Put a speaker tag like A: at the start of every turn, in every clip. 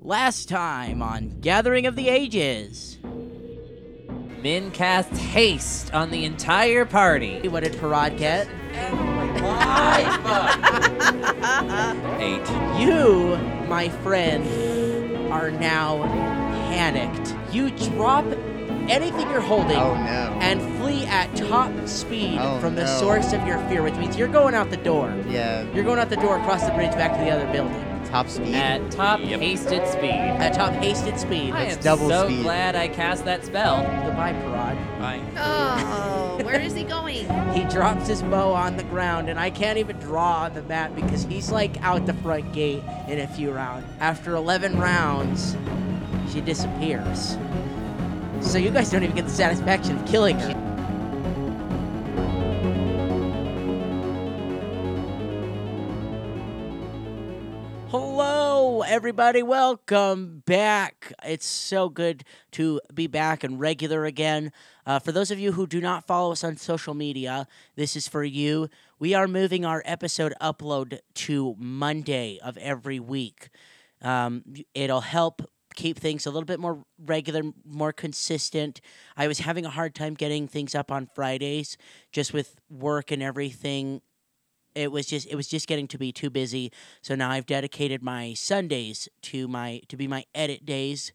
A: Last time on Gathering of the Ages.
B: Min casts haste on the entire party.
A: What did Parad get?
B: Eight.
A: You, my friend, are now panicked. You drop anything you're holding
C: Oh no.
A: and flee at top speed
C: Oh,
A: from the
C: no.
A: source of your fear, which means you're going out the door.
C: yeah,
A: You're going out the door across the bridge back to the other building
C: top speed.
B: At top hasted speed.
A: at top hasted speed.
B: I am
C: double
B: so
C: speed.
B: glad I cast that spell.
A: Goodbye, Parad.
D: Oh, where is he going?
A: He drops his bow on the ground, and I can't even draw on the map because he's like out the front gate in a few rounds. After 11 rounds, she disappears. So you guys don't even get the satisfaction of killing her. Hello, everybody. Welcome back. It's so good to be back and regular again. Uh, for those of you who do not follow us on social media, this is for you. We are moving our episode upload to Monday of every week. Um, it'll help keep things a little bit more regular, more consistent. I was having a hard time getting things up on Fridays just with work and everything it was just it was just getting to be too busy. So now I've dedicated my Sundays to my to be my edit days,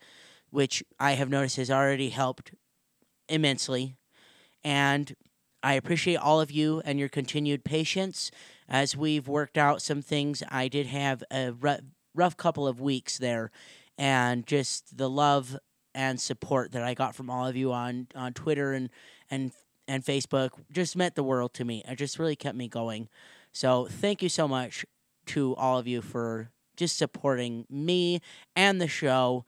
A: which I have noticed has already helped immensely. And I appreciate all of you and your continued patience as we've worked out some things. I did have a ru- rough couple of weeks there, and just the love and support that I got from all of you on on Twitter and and and Facebook just meant the world to me. It just really kept me going. So thank you so much to all of you for just supporting me and the show.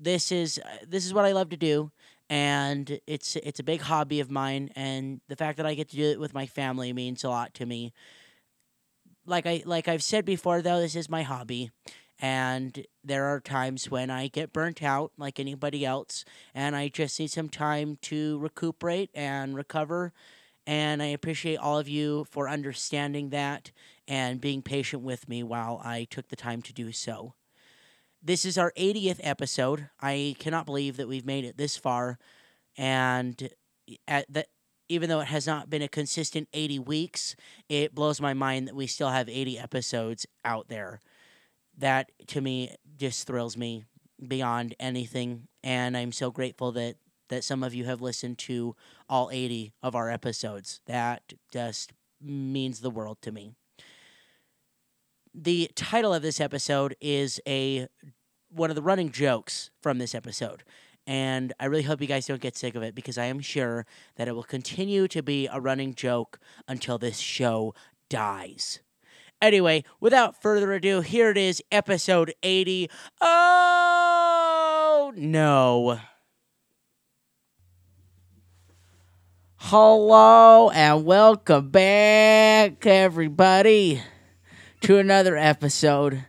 A: This is uh, this is what I love to do, and it's it's a big hobby of mine. And the fact that I get to do it with my family means a lot to me. Like I like I've said before, though, this is my hobby, and there are times when I get burnt out, like anybody else, and I just need some time to recuperate and recover and I appreciate all of you for understanding that and being patient with me while I took the time to do so. This is our 80th episode. I cannot believe that we've made it this far, and at the, even though it has not been a consistent 80 weeks, it blows my mind that we still have 80 episodes out there. That to me just thrills me beyond anything, and I'm so grateful that that some of you have listened to all 80 of our episodes. That just means the world to me. The title of this episode is a one of the running jokes from this episode. And I really hope you guys don't get sick of it because I am sure that it will continue to be a running joke until this show dies. Anyway, without further ado, here it is, episode 80. Oh no. Hello and welcome back, everybody, to another episode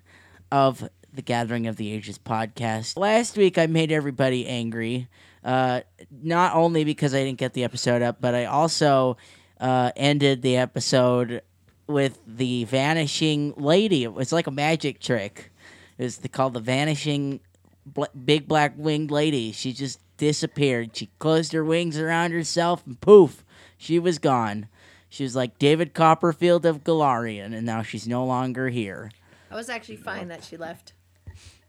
A: of the Gathering of the Ages podcast. Last week, I made everybody angry, uh, not only because I didn't get the episode up, but I also uh, ended the episode with the vanishing lady. It was like a magic trick. It was the, called the vanishing bl- big black winged lady. She just disappeared. She closed her wings around herself and poof, she was gone. She was like David Copperfield of Galarian, and now she's no longer here.
D: I was actually fine that she left.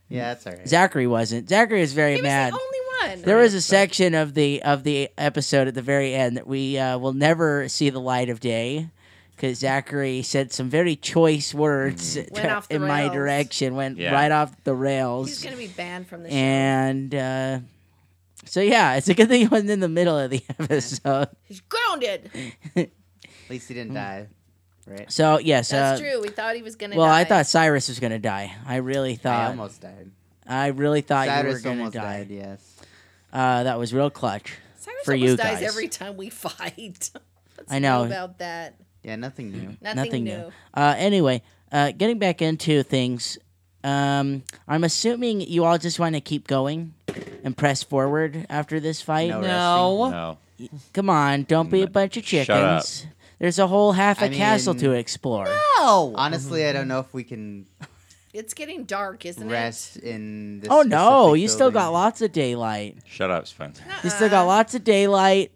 C: Yeah, that's alright.
A: Zachary wasn't. Zachary was very
D: He was
A: mad.
D: the only one.
A: there was a section of the of the episode at the very end that we uh, will never see the light of day because Zachary said some very choice words to-
D: off the
A: in my
D: rails.
A: direction, went
E: Yeah.
A: right off the rails.
D: He's gonna be banned from the show.
A: And uh, so, yeah, it's a good thing he wasn't in the middle of the episode.
D: He's grounded.
C: At least he
A: Mm.
C: didn't die. Right?
A: So, yes.
D: That's
A: uh,
D: true. We thought he was gonna.
A: Well, I
D: die.
A: thought Cyrus was going to die. I really
C: I
A: thought. I,
C: almost died.
A: really thought you were
C: Cyrus
A: going to
C: almost
A: die.
C: died, yes.
A: Uh, that was real clutch.
D: Cyrus
A: for
D: almost
A: you
D: dies
A: guys.
D: every time we fight. Let's
A: I know.
D: about that.
C: Yeah, nothing new.
D: Nothing,
A: Nothing
D: new.
A: new. Uh, anyway, uh, getting back into things, um, I'm assuming you all just want to keep going and press forward after this fight.
C: No.
A: Oh.
E: No.
A: Come on, don't be a bunch of
E: Shut
A: chickens.
E: up.
A: There's a whole half a
C: I
A: castle
C: mean-
A: to explore.
B: No.
A: Mm-hmm.
C: Honestly, I don't know if we can
D: It's getting dark, isn't
C: rest in this.
A: Oh no,
C: specific
A: you still got
C: building.
A: lots of daylight.
E: Shut up, Spencer.
D: it?
A: You still got
D: Uh-uh.
A: lots of daylight,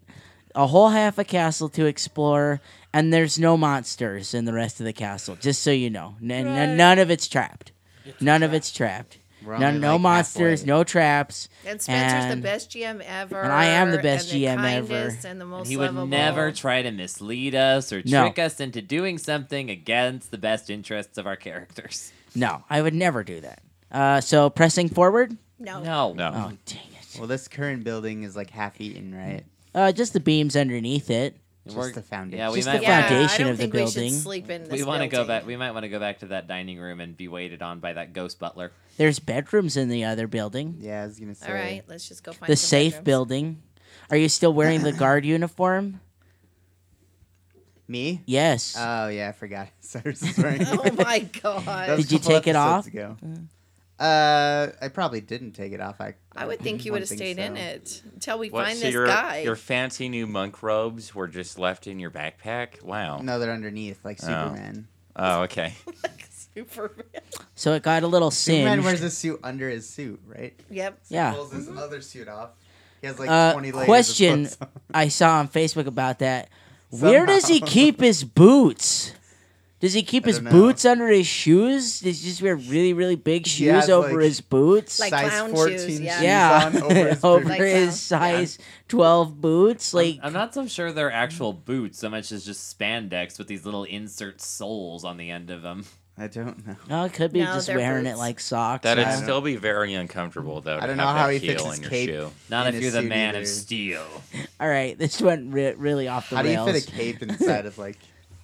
A: a whole half a castle to explore, and there's no monsters in the rest of the castle. Just so you know, N- n-
D: Right.
A: none of it's trapped. None of it's trapped.
C: We're
A: None,
C: only,
A: no
C: like,
A: monsters,
C: halfway.
A: no traps.
D: And Spencer's
A: And-
D: the best GM ever.
A: and I am the best
D: and
A: GM ever.
D: kindest And the most
B: He would
D: lovable.
B: never try to mislead us or
A: No.
B: trick us into doing something against the best interests of our characters.
A: No, I would never do that. Uh, so pressing forward.
D: No.
B: No.
E: No.
A: Oh dang it!
C: Well, this current building is like half eaten, right?
A: Uh, just the beams underneath it.
C: Just
B: We're-
C: the foundation.
B: Yeah, we
A: Just the
B: might
A: fa-
D: Yeah, I
A: foundation
D: don't
A: of the
D: think We
A: building.
D: should sleep in this
B: we want to go
D: building.
B: back. We might want to go back to that dining room and be waited on by that ghost butler.
A: There's bedrooms in the other building.
C: yeah, I was gonna say.
D: All right, let's just go find
A: the
D: some
A: safe
D: bedrooms.
A: building. Are you still wearing the guard uniform?
C: Me?
A: Yes.
C: Oh yeah, I forgot. Sorry, sorry.
D: Oh my
C: That
D: god!
C: was
A: Did you
C: a couple
A: take it off?
C: episodes
A: Mm.
C: ago. Uh, I probably didn't take it off. I
D: I would think you
C: don't
D: would have stayed in
C: so.
D: it until we
E: What?
D: find
E: so
D: this
E: your,
D: guy.
E: your fancy new monk robes were just left in your backpack? Wow.
C: No, they're underneath, like
E: Oh.
C: Superman.
E: Oh, okay.
D: Like Superman.
A: so it got a little
C: Superman
A: singed.
C: wears a suit under his suit, right?
D: Yep.
A: yeah.
C: Pulls his other suit off. He has like
A: Uh,
C: 20 layers. of
A: question.
C: clothes on.
A: I saw on Facebook about that. Where does he
C: Somehow.
A: keep his boots? Does he keep
C: I
A: his
C: don't know.
A: boots under his shoes? Does he just wear really, really big shoes
C: has,
A: over
C: like-
A: his boots?
D: Like
C: Size
D: clown
C: 14
D: shoes,
C: shoes
D: yeah.
A: yeah,
C: on over his
A: over
C: boots.
D: Like
A: his size twelve boots. Like,
B: I'm not so sure they're actual boots so much as just spandex with these little insert soles on the end of them.
C: I don't know.
A: oh, it could be
D: No,
A: just
D: they're
A: wearing it
D: boots.
A: like socks.
E: That'd
A: I don't-
E: still be very uncomfortable, though.
C: I
E: to
C: don't
E: have
C: know how
E: that
C: he fits
E: heel
C: his
E: in your
C: cape.
E: shoe.
B: Not
C: In
B: if
C: a
B: you're the
C: suit
B: man
C: either.
B: of steel.
A: All right, this went re- really off the
C: How do you
A: rails.
C: fit a cape inside of like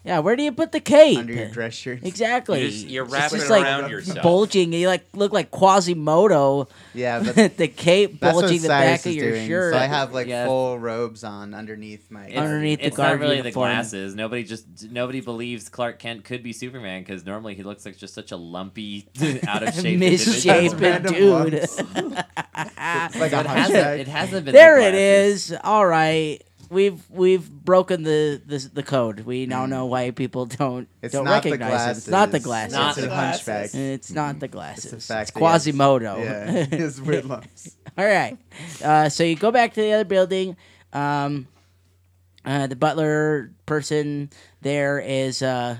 A: yeah, where do you put the cape?
C: under your dress shirt?
A: Exactly.
E: You just- you
A: It's
E: wrap
A: just
E: it
A: like
E: around yourself.
A: Bulging, you like look like Quasimodo.
C: Yeah, but that's
A: the cape
C: what
A: bulging the back
C: Cyrus
A: of
C: is
A: your
C: doing.
A: shirt.
C: So I have like
B: Yeah.
C: full robes on underneath my.
B: It's-
A: Underneath the
B: it's
A: guard
B: not really
A: uniform.
B: the glasses. Nobody just nobody believes Clark Kent could be Superman because normally he looks like just such a lumpy, out of shape, individual.
A: misshapen
C: Random
A: dude.
C: lumps. like
B: So
C: a
B: it hasn't,
C: hunchback.
B: it hasn't been. the
A: there it
B: glasses.
A: is. All right, we've we've broken the the, the code. We now know why people don't
C: Mm. It's
A: don't
C: not the
A: recognize
C: glasses.
A: it. It's not the glasses.
B: Not
C: It's
B: the
C: a hunchback.
D: glasses.
A: It's not the
C: It's
A: glasses.
C: a
A: It's,
C: fact. that he has-
A: Quasimodo.
C: Yeah, he has weird lumps.
A: All right. Uh, so you go back to the other building. Um, uh, the butler person there is uh,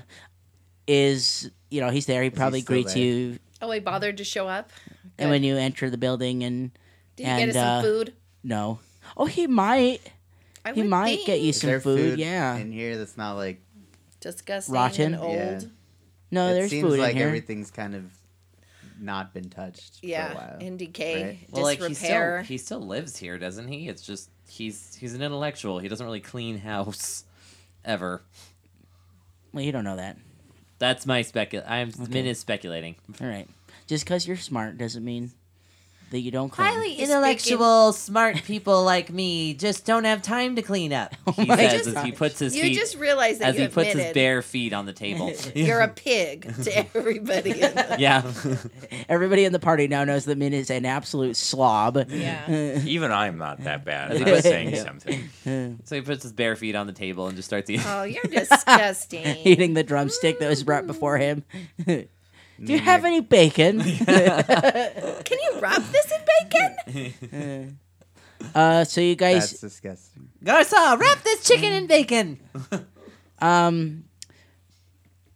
A: is you know he's there. He probably
C: still
A: greets
C: there?
A: you,
D: Oh, he bothered to show up.
A: and when you enter the building, and
D: Did he get
A: And,
D: us some
A: uh,
D: food?
A: no, oh he might
D: I
A: he
D: would
A: might
D: think.
A: get you
C: Is
A: some
C: there
A: food. Yeah,
C: in here that's not like.
D: disgusting
A: Rotten?
D: and old.
C: Yeah.
A: no,
C: it
A: Oh, there's
C: seems
A: food
C: like
A: in here.
C: everything's kind of not been touched for a
D: Yeah,
C: while.
D: in decay,
C: Right.
B: Well, like he still
D: disrepair.
B: he still lives here, doesn't he? It's just he's he's an intellectual. He doesn't really clean house ever.
A: Well, you don't know that.
B: That's my specul. I'm Min is speculating.
A: All right, just because you're smart doesn't mean that you don't. Clean.
B: Highly
D: intellectual,
B: smart people like me just don't have time to clean up. He
A: my
B: says as he
A: gosh.
B: puts his
D: you
B: feet
D: just realized that
B: as
D: you
B: he puts his
D: admitted
B: bare feet on the table.
D: you're a pig to everybody. in the-
B: yeah,
A: Everybody in the party now knows that Min is an absolute slob.
D: Yeah.
E: Even I'm not that bad.
B: Yeah.
E: I was saying
A: Yeah.
E: something.
B: so he puts his bare feet on the table and just starts eating.
D: oh, you're disgusting.
A: eating the drumstick that was brought before him. Do you
C: Mm,
A: have
C: like-
A: any bacon?
D: Can you wrap this in bacon?
A: uh, so you
C: That's
A: guys,
C: disgusting.
B: Garza, wrap this chicken in bacon.
A: um,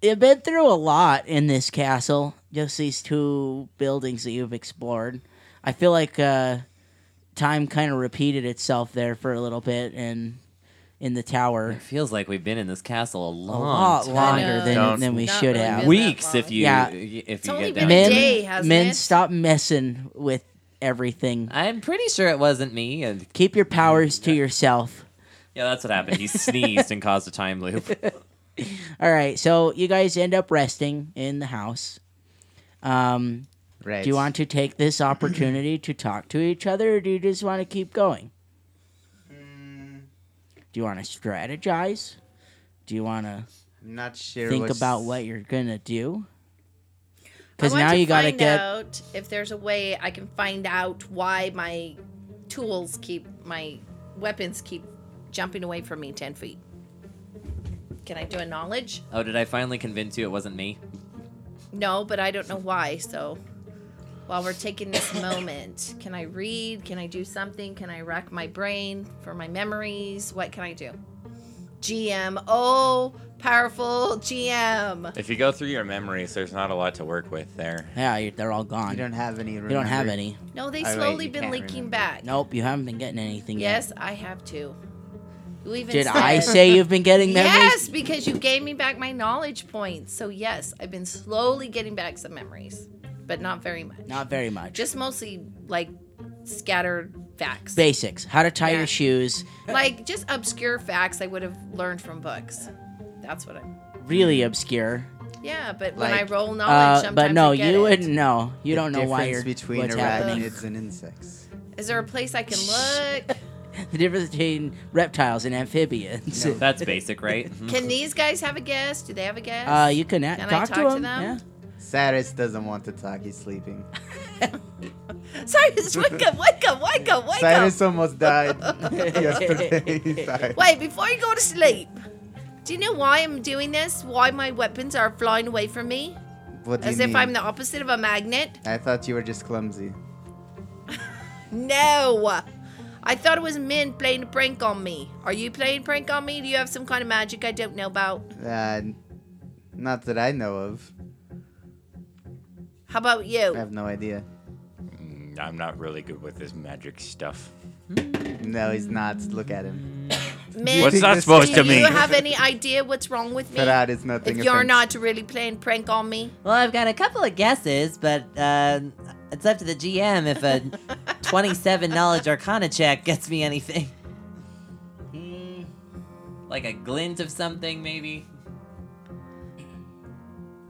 A: you've been through a lot in this castle. Just these two buildings that you've explored. I feel like uh, time kind of repeated itself there for a little bit, and in the tower,
B: It feels like we've been in this castle a
A: a
B: long
A: lot
B: time.
A: longer than,
E: Don't-
A: than we
D: Not
A: should
D: really
A: have.
D: been-
B: weeks if you
A: Yeah.
B: if you
D: only
B: get down. to
D: been a
A: Men,
B: it.
D: day, hasn't
A: men,
D: it?
A: stop messing with everything.
B: I'm pretty sure it wasn't me, and
A: Keep your powers to yourself.
B: yeah, that's what happened. He sneezed and caused a time loop.
A: All right, so you guys end up resting in the house. Um,
C: Right.
A: do you want to take this opportunity to talk to each other, or do you just want to keep going? Do you want to strategize? Do you want to
C: I'm not sure.
A: think
C: what's-
A: about what you're gonna do?
D: I
A: Because
D: want
A: now
D: to
A: you gotta
D: find
A: get
D: out if there's a way I can find out why my tools keep my weapons keep jumping away from me ten feet. Can I do a knowledge?
B: Oh, did I finally convince you it wasn't me?
D: No, but I don't know why. So while we're taking this moment, can I read? Can I do something? Can I rack my brain for my memories? What can I do? GM. Oh, powerful GM.
E: If you go through your memories, there's not a lot to work with there.
A: Yeah, you- they're all gone.
C: You don't have any.
A: You don't have any.
D: No, they
C: Oh, wait,
D: slowly
C: you
D: been
C: can't
D: leaking
C: remember.
D: back.
A: Nope, you haven't been getting anything yet.
D: Yes, I have too. You even
A: Did I
D: said-
A: say you've been getting memories?
D: Yes, because you gave me back my knowledge points. So yes, I've been slowly getting back some memories, but not very much.
A: Not very much.
D: just mostly like scattered facts.
A: Basics. How to tie
D: Yeah.
A: your shoes.
D: like just obscure facts I would have learned from books. That's what I'm.
A: Really obscure.
D: Yeah, but when
C: Like,
D: I roll knowledge,
A: Uh,
D: sometimes
A: but no,
D: I get
A: you
D: it.
A: wouldn't know. You
C: The
A: don't know why you're
C: difference between
A: what's happening.
C: arachnids and insects.
D: Is there a place I can look?
A: The difference between reptiles and amphibians.
C: No.
B: That's basic, right? Mhm.
D: can these guys have a guess? Do they have a guess?
A: Uh, you can, a-
D: Can I
A: talk,
D: talk to
A: them.
D: them?
A: Yeah.
C: Cyrus doesn't want to talk. He's sleeping.
D: Cyrus, wake up! Wake up! Wake up! Wake
C: Cyrus
D: up!
C: almost died yesterday. He died.
D: Wait before you go to sleep. Do you know why I'm doing this? Why my weapons are flying away from me?
C: What do you
D: As if
C: mean?
D: I'm the opposite of a magnet?
C: I thought you were just clumsy.
D: No! I thought it was men playing a prank on me. Are you playing a prank on me? Do you have some kind of magic I don't know about?
C: Uh, not that I know of.
D: How about
C: I
D: you?
C: have no idea.
E: Mm, I'm not really good with this magic stuff.
C: No, he's not. Look at him.
D: Men,
E: What's
C: think
E: that
C: this-
E: supposed to
D: do
E: mean?
D: you have any idea what's wrong with me?
C: Farad is nothing.
D: If you're
C: offensive.
D: not really playing prank on me,
F: Well, I've got a couple of guesses, but uh, it's up to the GM if a 27 knowledge arcana check gets me anything.
B: Hmm, like a glint of something, maybe.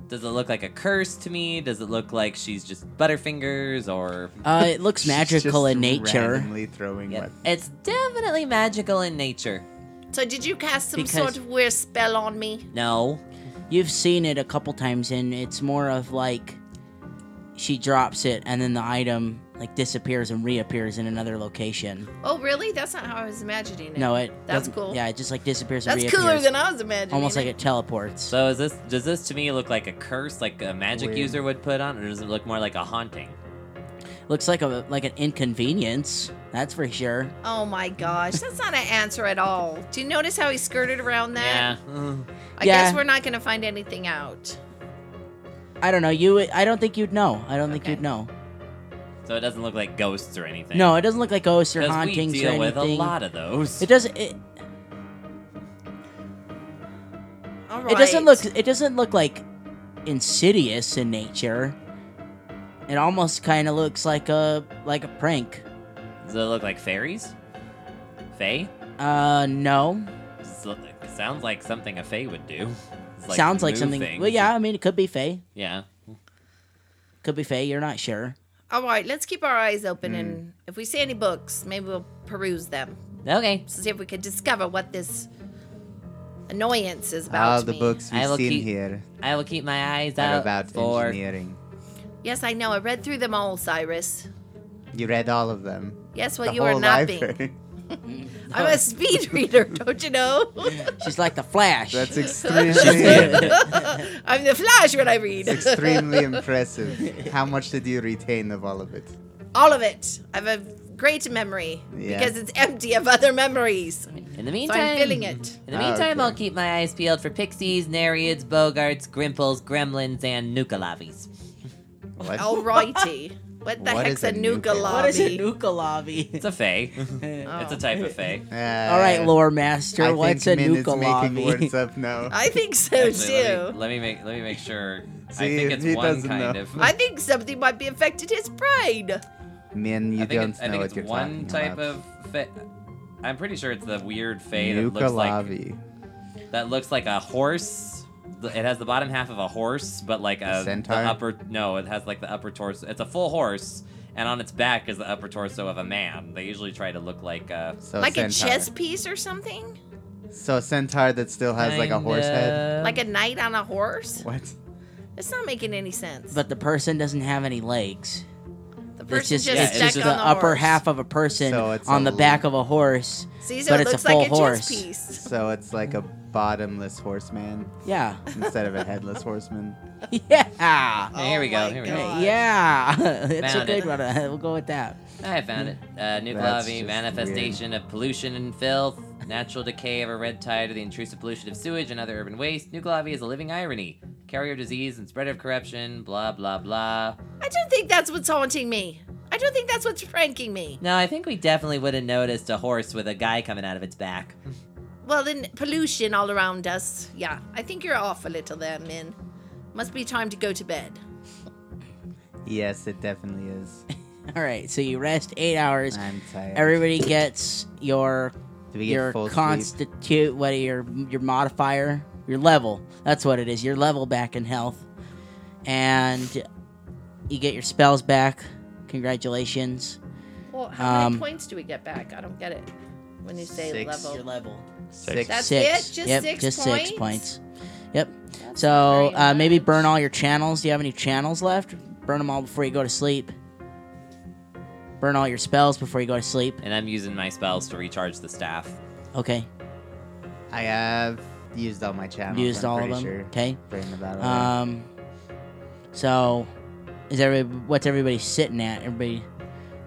B: Does it look like a curse to me? Does it look like she's just butterfingers or
A: Uh, it looks magical
C: Just
A: in nature.
C: randomly throwing
F: Yep.
C: wep-
F: It's
B: definitely magical in nature?
D: so did you cast some
A: Because-
D: sort of weird spell on me?
B: No.
A: You've seen it a couple times, and it's more of like she drops it, and then the item like disappears and reappears in another location.
D: Oh, really? That's not how I was imagining it.
A: No, it
D: That's
A: doesn't-
D: cool.
A: Yeah, it just like disappears and
D: That's
A: reappears.
D: cooler than I was imagining.
A: almost like
D: it.
A: it teleports.
B: So is this does this to me look like a curse like a magic
C: Weird.
B: user would put on, or does it look more like a haunting?
A: Looks like a like an inconvenience. That's for sure.
D: Oh my gosh, that's not an answer at all. Do you notice how he skirted around
B: Yeah.
D: that?
B: Mm.
D: I
A: Yeah.
D: guess we're not gonna find anything out.
A: I don't know. You, would- I don't think you'd know. I don't think
D: Okay.
A: you'd know.
B: So it doesn't look like ghosts or anything.
A: No, it doesn't look like ghosts or
B: because we
A: hauntings
B: deal
A: or
B: with a
A: anything.
B: lot of those.
A: It doesn't. It,
D: All right.
A: it doesn't look. It doesn't look like insidious in nature. It almost kind of looks like a like a prank.
B: Does it look like fairies? Fae?
A: Uh, no.
B: Does it look like- Sounds like something a fae would do. It's
A: Sounds like
B: move
A: something.
B: things.
A: Well, yeah. I mean, it could be Faye.
B: Yeah.
A: Could be Faye. You're not sure.
D: All right, let's keep our eyes open, and if we see any books, maybe we'll peruse them
F: okay.
D: to see if we can discover what this annoyance is about.
C: All
D: to
C: Ah, the
D: me.
C: books
F: I
C: we've
F: will
C: seen
F: keep-
C: here
F: I will keep my eyes
C: are
F: out
C: about
F: for.
C: engineering.
D: Yes, I know. I read through them all, Cyrus.
C: You read all of them.
D: Yes, well,
C: the
D: you
C: whole
D: were not being.
C: library.
D: I'm a speed reader, don't you know?
A: She's like the Flash.
C: That's extremely,
D: I'm the Flash when I read.
C: extremely impressive. How much did you retain of all of it?
D: all of it. I have a great memory
C: Yeah.
D: because it's empty of other memories.
F: In the
D: So
F: meantime,
D: I'm filling it.
F: In the
C: Ah,
F: meantime, I'll
C: okay.
F: keep my eyes peeled for pixies, nereids, bogarts, grimples, gremlins, and nukalavis.
C: What?
D: Alrighty. What the
C: What is
D: heck's a
C: a nuke-
D: nuka lobby?
A: what is a nuka lobby?
B: It's a fae. It's a type of fae.
C: Uh,
A: All right, lore master.
C: I
A: what's a
C: think Min is
A: nuka
C: making
A: lobby?
C: words up now.
D: I think so
B: Actually, let,
D: too.
B: me, let me make let me make sure.
C: See,
B: I think it's
C: he
B: one
C: doesn't
B: kind
C: know.
B: of.
D: I think something might be affected his pride.
C: Min, you
B: I think
C: don't
B: it's,
C: know
B: I think
C: what
B: it's
C: you're
B: one
C: talking
B: type
C: about.
B: of. Fa- I'm pretty sure it's the weird fae that looks like
C: Nukalavi.
B: that looks like a horse. The- It has the bottom half of a horse, but like a,
C: centaur?
B: the upper. No, it has like the upper torso. It's a full horse, and on its back is the upper torso of a man. They usually try to look like uh, a.
C: So
D: like
C: centaur.
D: a chess piece or something?
C: So centaur that still has like a horse head.
A: Um,
D: Like a knight on a horse?
C: What?
D: It's not making any sense.
A: But the person doesn't have any legs.
D: the
A: It's
D: person
A: just,
D: just,
B: yeah,
A: it's
D: stuck
A: just
D: on
A: the,
D: the,
A: upper
D: horse.
A: half of a person
C: So it's
A: on
C: a
A: the
C: l-
A: back of a horse.
D: See, so
A: but
D: it
A: it's a
D: looks like a
A: full
D: chess
A: horse.
D: piece.
C: So it's like a bottomless horseman
A: Yeah.
C: instead of a headless horseman.
A: Yeah.
D: Oh
B: here we go.
D: my
B: Here we go.
D: God.
A: Yeah. it's a
B: Found it.
A: good one. We'll go with that.
B: I found it. Uh, nuclear
C: That's
B: lobby,
C: just
B: manifestation of pollution and filth, natural decay of a red tide or the intrusive pollution of sewage and other urban waste. Nuclear lobby is a living irony, carrier of disease and spread of corruption, blah, blah, blah.
D: I don't think that's what's haunting me. I don't think that's what's pranking me.
F: No, I think we definitely would have noticed a horse with a guy coming out of its back.
D: Well, then pollution all around us. Yeah, I think you're off a little there, Min. Must be time to go to bed.
C: Yes, it definitely is.
A: All right. So you rest eight hours.
C: I'm tired.
A: Everybody gets your
C: Do we get
A: your
C: full sleep?
A: constitute what your your modifier your level that's what it is your level back in health and you get your spells back congratulations
D: Well, how
A: Um,
D: many points do we get back? I don't get it. When you say
C: Six.
D: level,
A: level
E: Six.
D: That's
A: six
D: it? Just
A: yep
D: six
A: just six
D: points?
A: points yep
D: That's
A: so
D: not very
A: uh, maybe
D: much.
A: burn all your channels do you have any channels left burn them all before you go to sleep burn all your spells before you go to sleep
B: And I'm using my spells to recharge the staff.
A: okay
C: I have used all my channels.
A: used
C: I'm
A: all of
C: pretty
A: them
C: Sure.
A: okay
C: Bring the battle. axe.
A: Um. So, is everybody? What's everybody sitting at? Everybody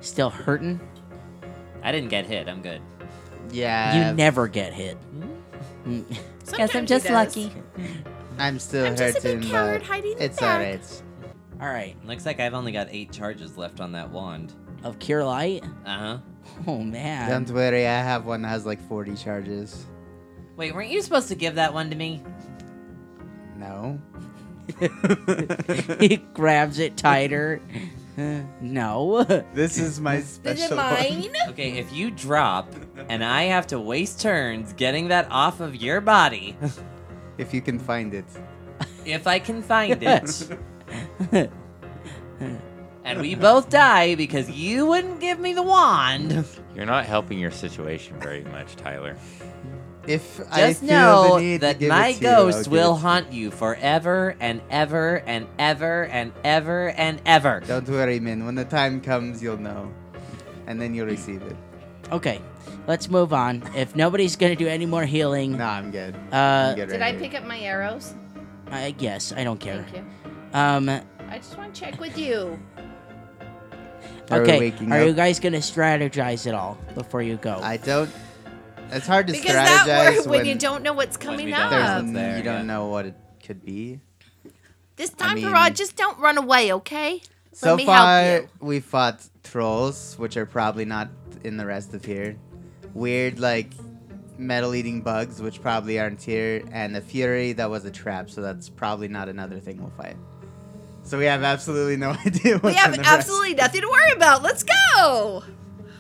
A: still hurting?
B: I didn't get hit. I'm good.
C: yeah.
A: you never get hit.
D: Hmm? Sometimes
F: Guess I'm
D: he
F: just
D: does.
F: lucky.
C: I'm still
D: I'm just a
C: hurting,
D: big coward
C: but
D: hiding in the
C: it's
D: back.
C: alright.
A: All right.
B: Looks like I've only got eight charges left on that wand.
A: Of cure light.
B: Uh huh.
A: Oh man.
C: Don't worry, I have one that has like 40 charges.
F: Wait, weren't you supposed to give that one to me?
C: No.
A: he grabs it tighter. Uh, no.
C: This is my
D: Is
C: special.
D: it
C: one.
D: mine?
B: Okay, if you drop and I have to waste turns getting that off of your body,
C: If you can find it.
B: if I can find it, and we both die because you wouldn't give me the wand.
E: You're not helping your situation very much, Tyler.
C: If I
B: Just
C: feel
B: know
C: the need
B: that
C: to give
B: my
C: it to you, I'll
B: ghost
C: give
B: will
C: it to
B: haunt you forever and ever and ever and ever and ever.
C: you. Don't worry, Min. When the time comes, you'll know, and then you'll receive it.
A: okay. Let's move on. If nobody's gonna do any more healing,
C: No, I'm good. I'm
A: uh,
C: good
D: Did I
C: right
D: pick up my arrows?
A: I guess I don't care.
D: Thank you.
A: Um.
D: I just want to check with you.
C: Are we
A: okay.
C: waking
A: Are
C: up?
A: you guys gonna strategize at all before you go?
C: I don't. It's hard to
D: Because
C: strategize
D: that word, when,
C: when
D: you don't know what's
B: When we
D: coming
B: don't know
C: there's-
D: up.
B: what's there,
C: you don't
B: yeah.
C: know what it could be.
D: This time,
C: mean-
D: Farad, just don't run away, okay?
C: so
D: Let me
C: far,
D: help you.
C: we fought trolls, which are probably not in the rest of here. Weird, like metal-eating bugs, which probably aren't here, and the fury that was a trap. So that's probably not another thing we'll fight. So we have absolutely no idea. What's
D: We have
C: in the rest.
D: absolutely nothing to worry about. Let's go.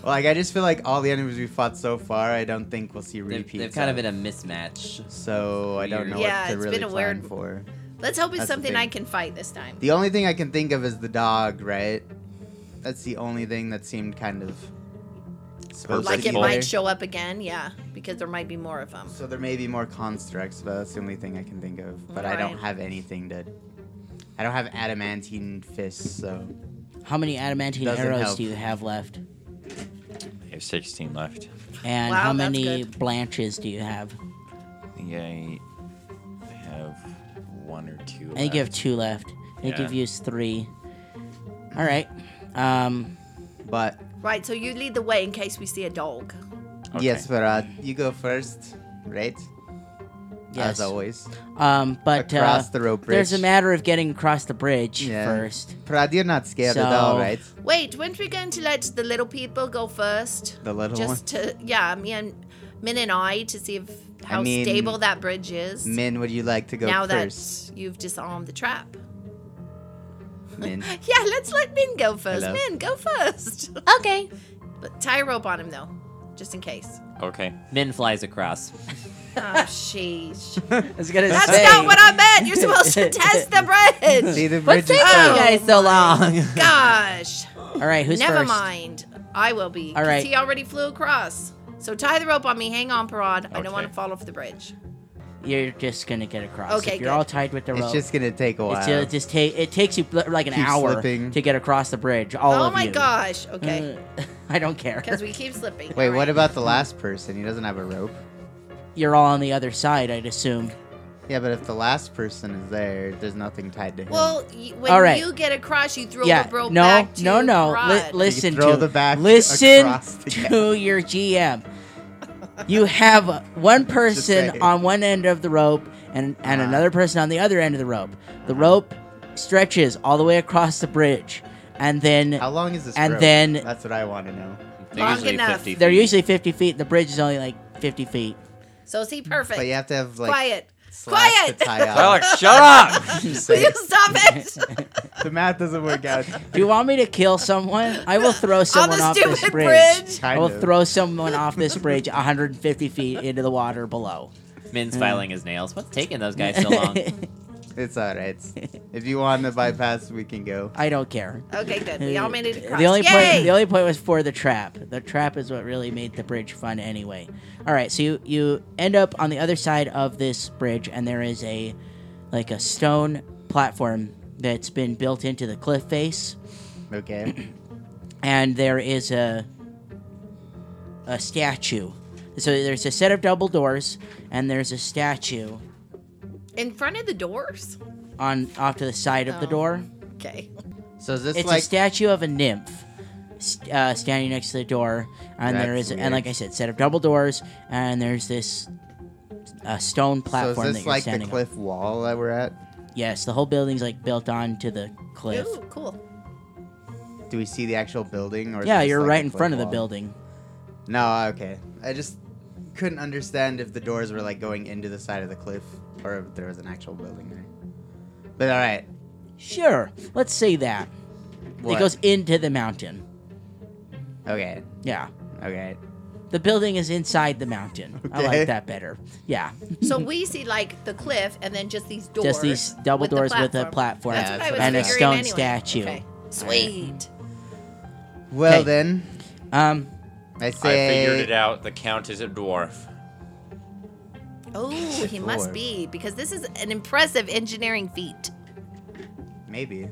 C: Well, like I just feel like all the enemies we fought so far, I don't think we'll see
B: They've,
C: repeats.
B: they've kind of
C: of.
B: been a mismatch.
C: So I don't
B: Weird.
C: know
D: Yeah,
C: what to
D: it's
C: really
D: been a
C: plan
D: weird-
C: for.
D: Let's hope it's
C: That's the
D: something
C: thing.
D: I can fight this time.
C: The only thing I can think of is the dog, right? That's the only thing that seemed kind of supposed
D: like
C: to
D: it
C: be there.
D: might show up again, yeah, because there might be more of them.
C: So there may be more constructs, but that's the only thing I can think of. But I don't
D: Alright.
C: have anything to. I don't have adamantine fists, so
A: How many adamantine
C: Doesn't
A: arrows
C: help.
A: do you have left?
E: I have 16 left.
A: And
D: Wow,
A: how
D: that's
A: many
D: good.
A: blanches do you have?
E: I think I I have one or two.
A: I think you have two left. I think
E: Yeah.
A: you've used three. All right. Um,
C: but
D: Right, so you lead the way in case we see a dog.
E: Okay.
C: yes, Farad, you go first, right?
A: yes.
C: As always,
A: Um, but uh,
C: across the rope bridge.
A: there's a matter of getting across the bridge
C: Yeah.
A: first.
C: Farad, you're not scared at all,
A: So-
C: right?
D: Wait, weren't we going to let the little people go first?
C: The little one.
D: Just to, yeah, me and Min and I to see if how
C: mean,
D: stable that bridge is.
C: Min, would you like to go
D: now
C: first?
D: that you've disarmed the trap.
C: Min.
D: Yeah, let's let Min go first.
C: Hello.
D: Min, go first.
F: Okay.
D: but tie a rope on him though, just in case.
E: Okay.
B: Min flies across.
D: Oh, sheesh.
A: I was gonna
D: That's not what I meant. You're supposed to test the
C: See
D: bridge.
C: the
F: What's
C: bridge
F: taking
C: is
F: you
D: Oh
F: guys so long?
D: Gosh.
A: All right. Who's
D: Never
A: first?
D: mind. I will be.
A: All
D: All
A: right.
D: right. He already flew across. So tie the rope on me. Hang on, Parad. I don't want to
E: Okay.
D: fall off the bridge.
A: You're just gonna get across.
D: Okay,
A: If you're
D: good.
A: all tied with the rope.
C: It's just gonna take a while.
A: it's, uh, just take. It takes you bl- like an
C: Keep
A: hour
C: slipping.
A: to get across the bridge. All
D: oh
A: of
D: my
A: you.
D: gosh. Okay.
A: Uh, I don't care.
D: Because we keep slipping.
C: Wait,
D: All
C: what
D: right.
C: about the last person? He doesn't have a rope.
A: you're all on the other side, I'd assume.
C: Yeah, but if the last person is there, there's nothing tied to him.
D: Well, y- when
A: All right.
D: you get across, you throw
A: yeah,
D: the rope
A: no,
D: back to
A: no, no, Li-
D: Rod.
A: listen
C: throw
A: to
C: the back
A: listen
C: across the
A: to your GM. You have one person
C: saying.
A: on one end of the rope and, and
C: Uh-huh.
A: another person on the other end of the rope. The rope stretches all the way across the bridge, and then
C: How long is this?
A: and
C: rope?
A: then-
C: that's what I want to know.
B: They're
D: Long
B: usually
D: enough.
B: 50
A: they're
B: feet.
A: usually 50 feet. The bridge is only like 50 feet.
D: so is he perfect?
C: But you have to have like
D: Quiet.
C: slats
D: Quiet.
C: To tie up.
E: Alex, shut up!
C: Just
D: Will
C: saying.
D: you stop it?
C: the math doesn't work out.
A: Do you want me to kill someone? I will throw
D: On
A: someone
D: the
A: off this
D: stupid
A: bridge.
D: bridge.
A: I
C: Kind
A: will
C: of.
A: throw someone off this bridge 150 feet into the water below. Hmm.
B: Min's filing his nails. What's taking those guys so long?
C: It's all right. If you want to bypass, we can go.
A: I don't care.
D: Okay, good. We all made it across.
A: The only
D: Yay!
A: point the only point was for the trap. The trap is what really made the bridge fun anyway. All right, so you you end up on the other side of this bridge and there is a like a stone platform that's been built into the cliff face
C: Okay.
A: and there is a a statue. So there's a set of double doors and there's a statue
D: In front of the doors?
A: on off to the side of the
D: Oh.
A: door.
D: Okay.
C: So is this
A: it's
C: like
A: a statue of a nymph st- uh, standing next to the door and there
C: That's
A: is and like i said set of double doors and there's this uh, stone
C: so?
A: platform
C: Is
A: that
C: this
A: you're
C: like the
A: standing
C: cliff wall that we're at?
A: on yes the whole building's like built onto the cliff
D: Ooh, cool.
C: Do we see the actual building? Or is
A: yeah
C: it
A: you're
C: just like
A: right
C: a
A: in
C: cliff
A: front of the
C: wall?
A: building
C: No, okay. I just couldn't understand if the doors were like going into the side of the cliff or if there was an actual building there. But all right.
A: sure let's say that
C: What?
A: it goes into the mountain
C: Okay.
A: yeah
C: Okay.
A: the building is inside the mountain i
C: Okay.
A: like that better yeah
D: So we see like the cliff and then just these doors.
A: Mm-hmm. just these double
D: with the
A: doors with a platform
D: platform. That's what I was
A: and a
D: figuring
A: stone
D: anyway.
A: statue
D: Okay. Sweet.
C: Well
A: Okay.
C: then,
A: um
C: I
E: I
C: say
E: figured it out. The count is a dwarf.
D: Oh, he
C: Lord.
D: must be because this is an impressive engineering feat.
C: maybe.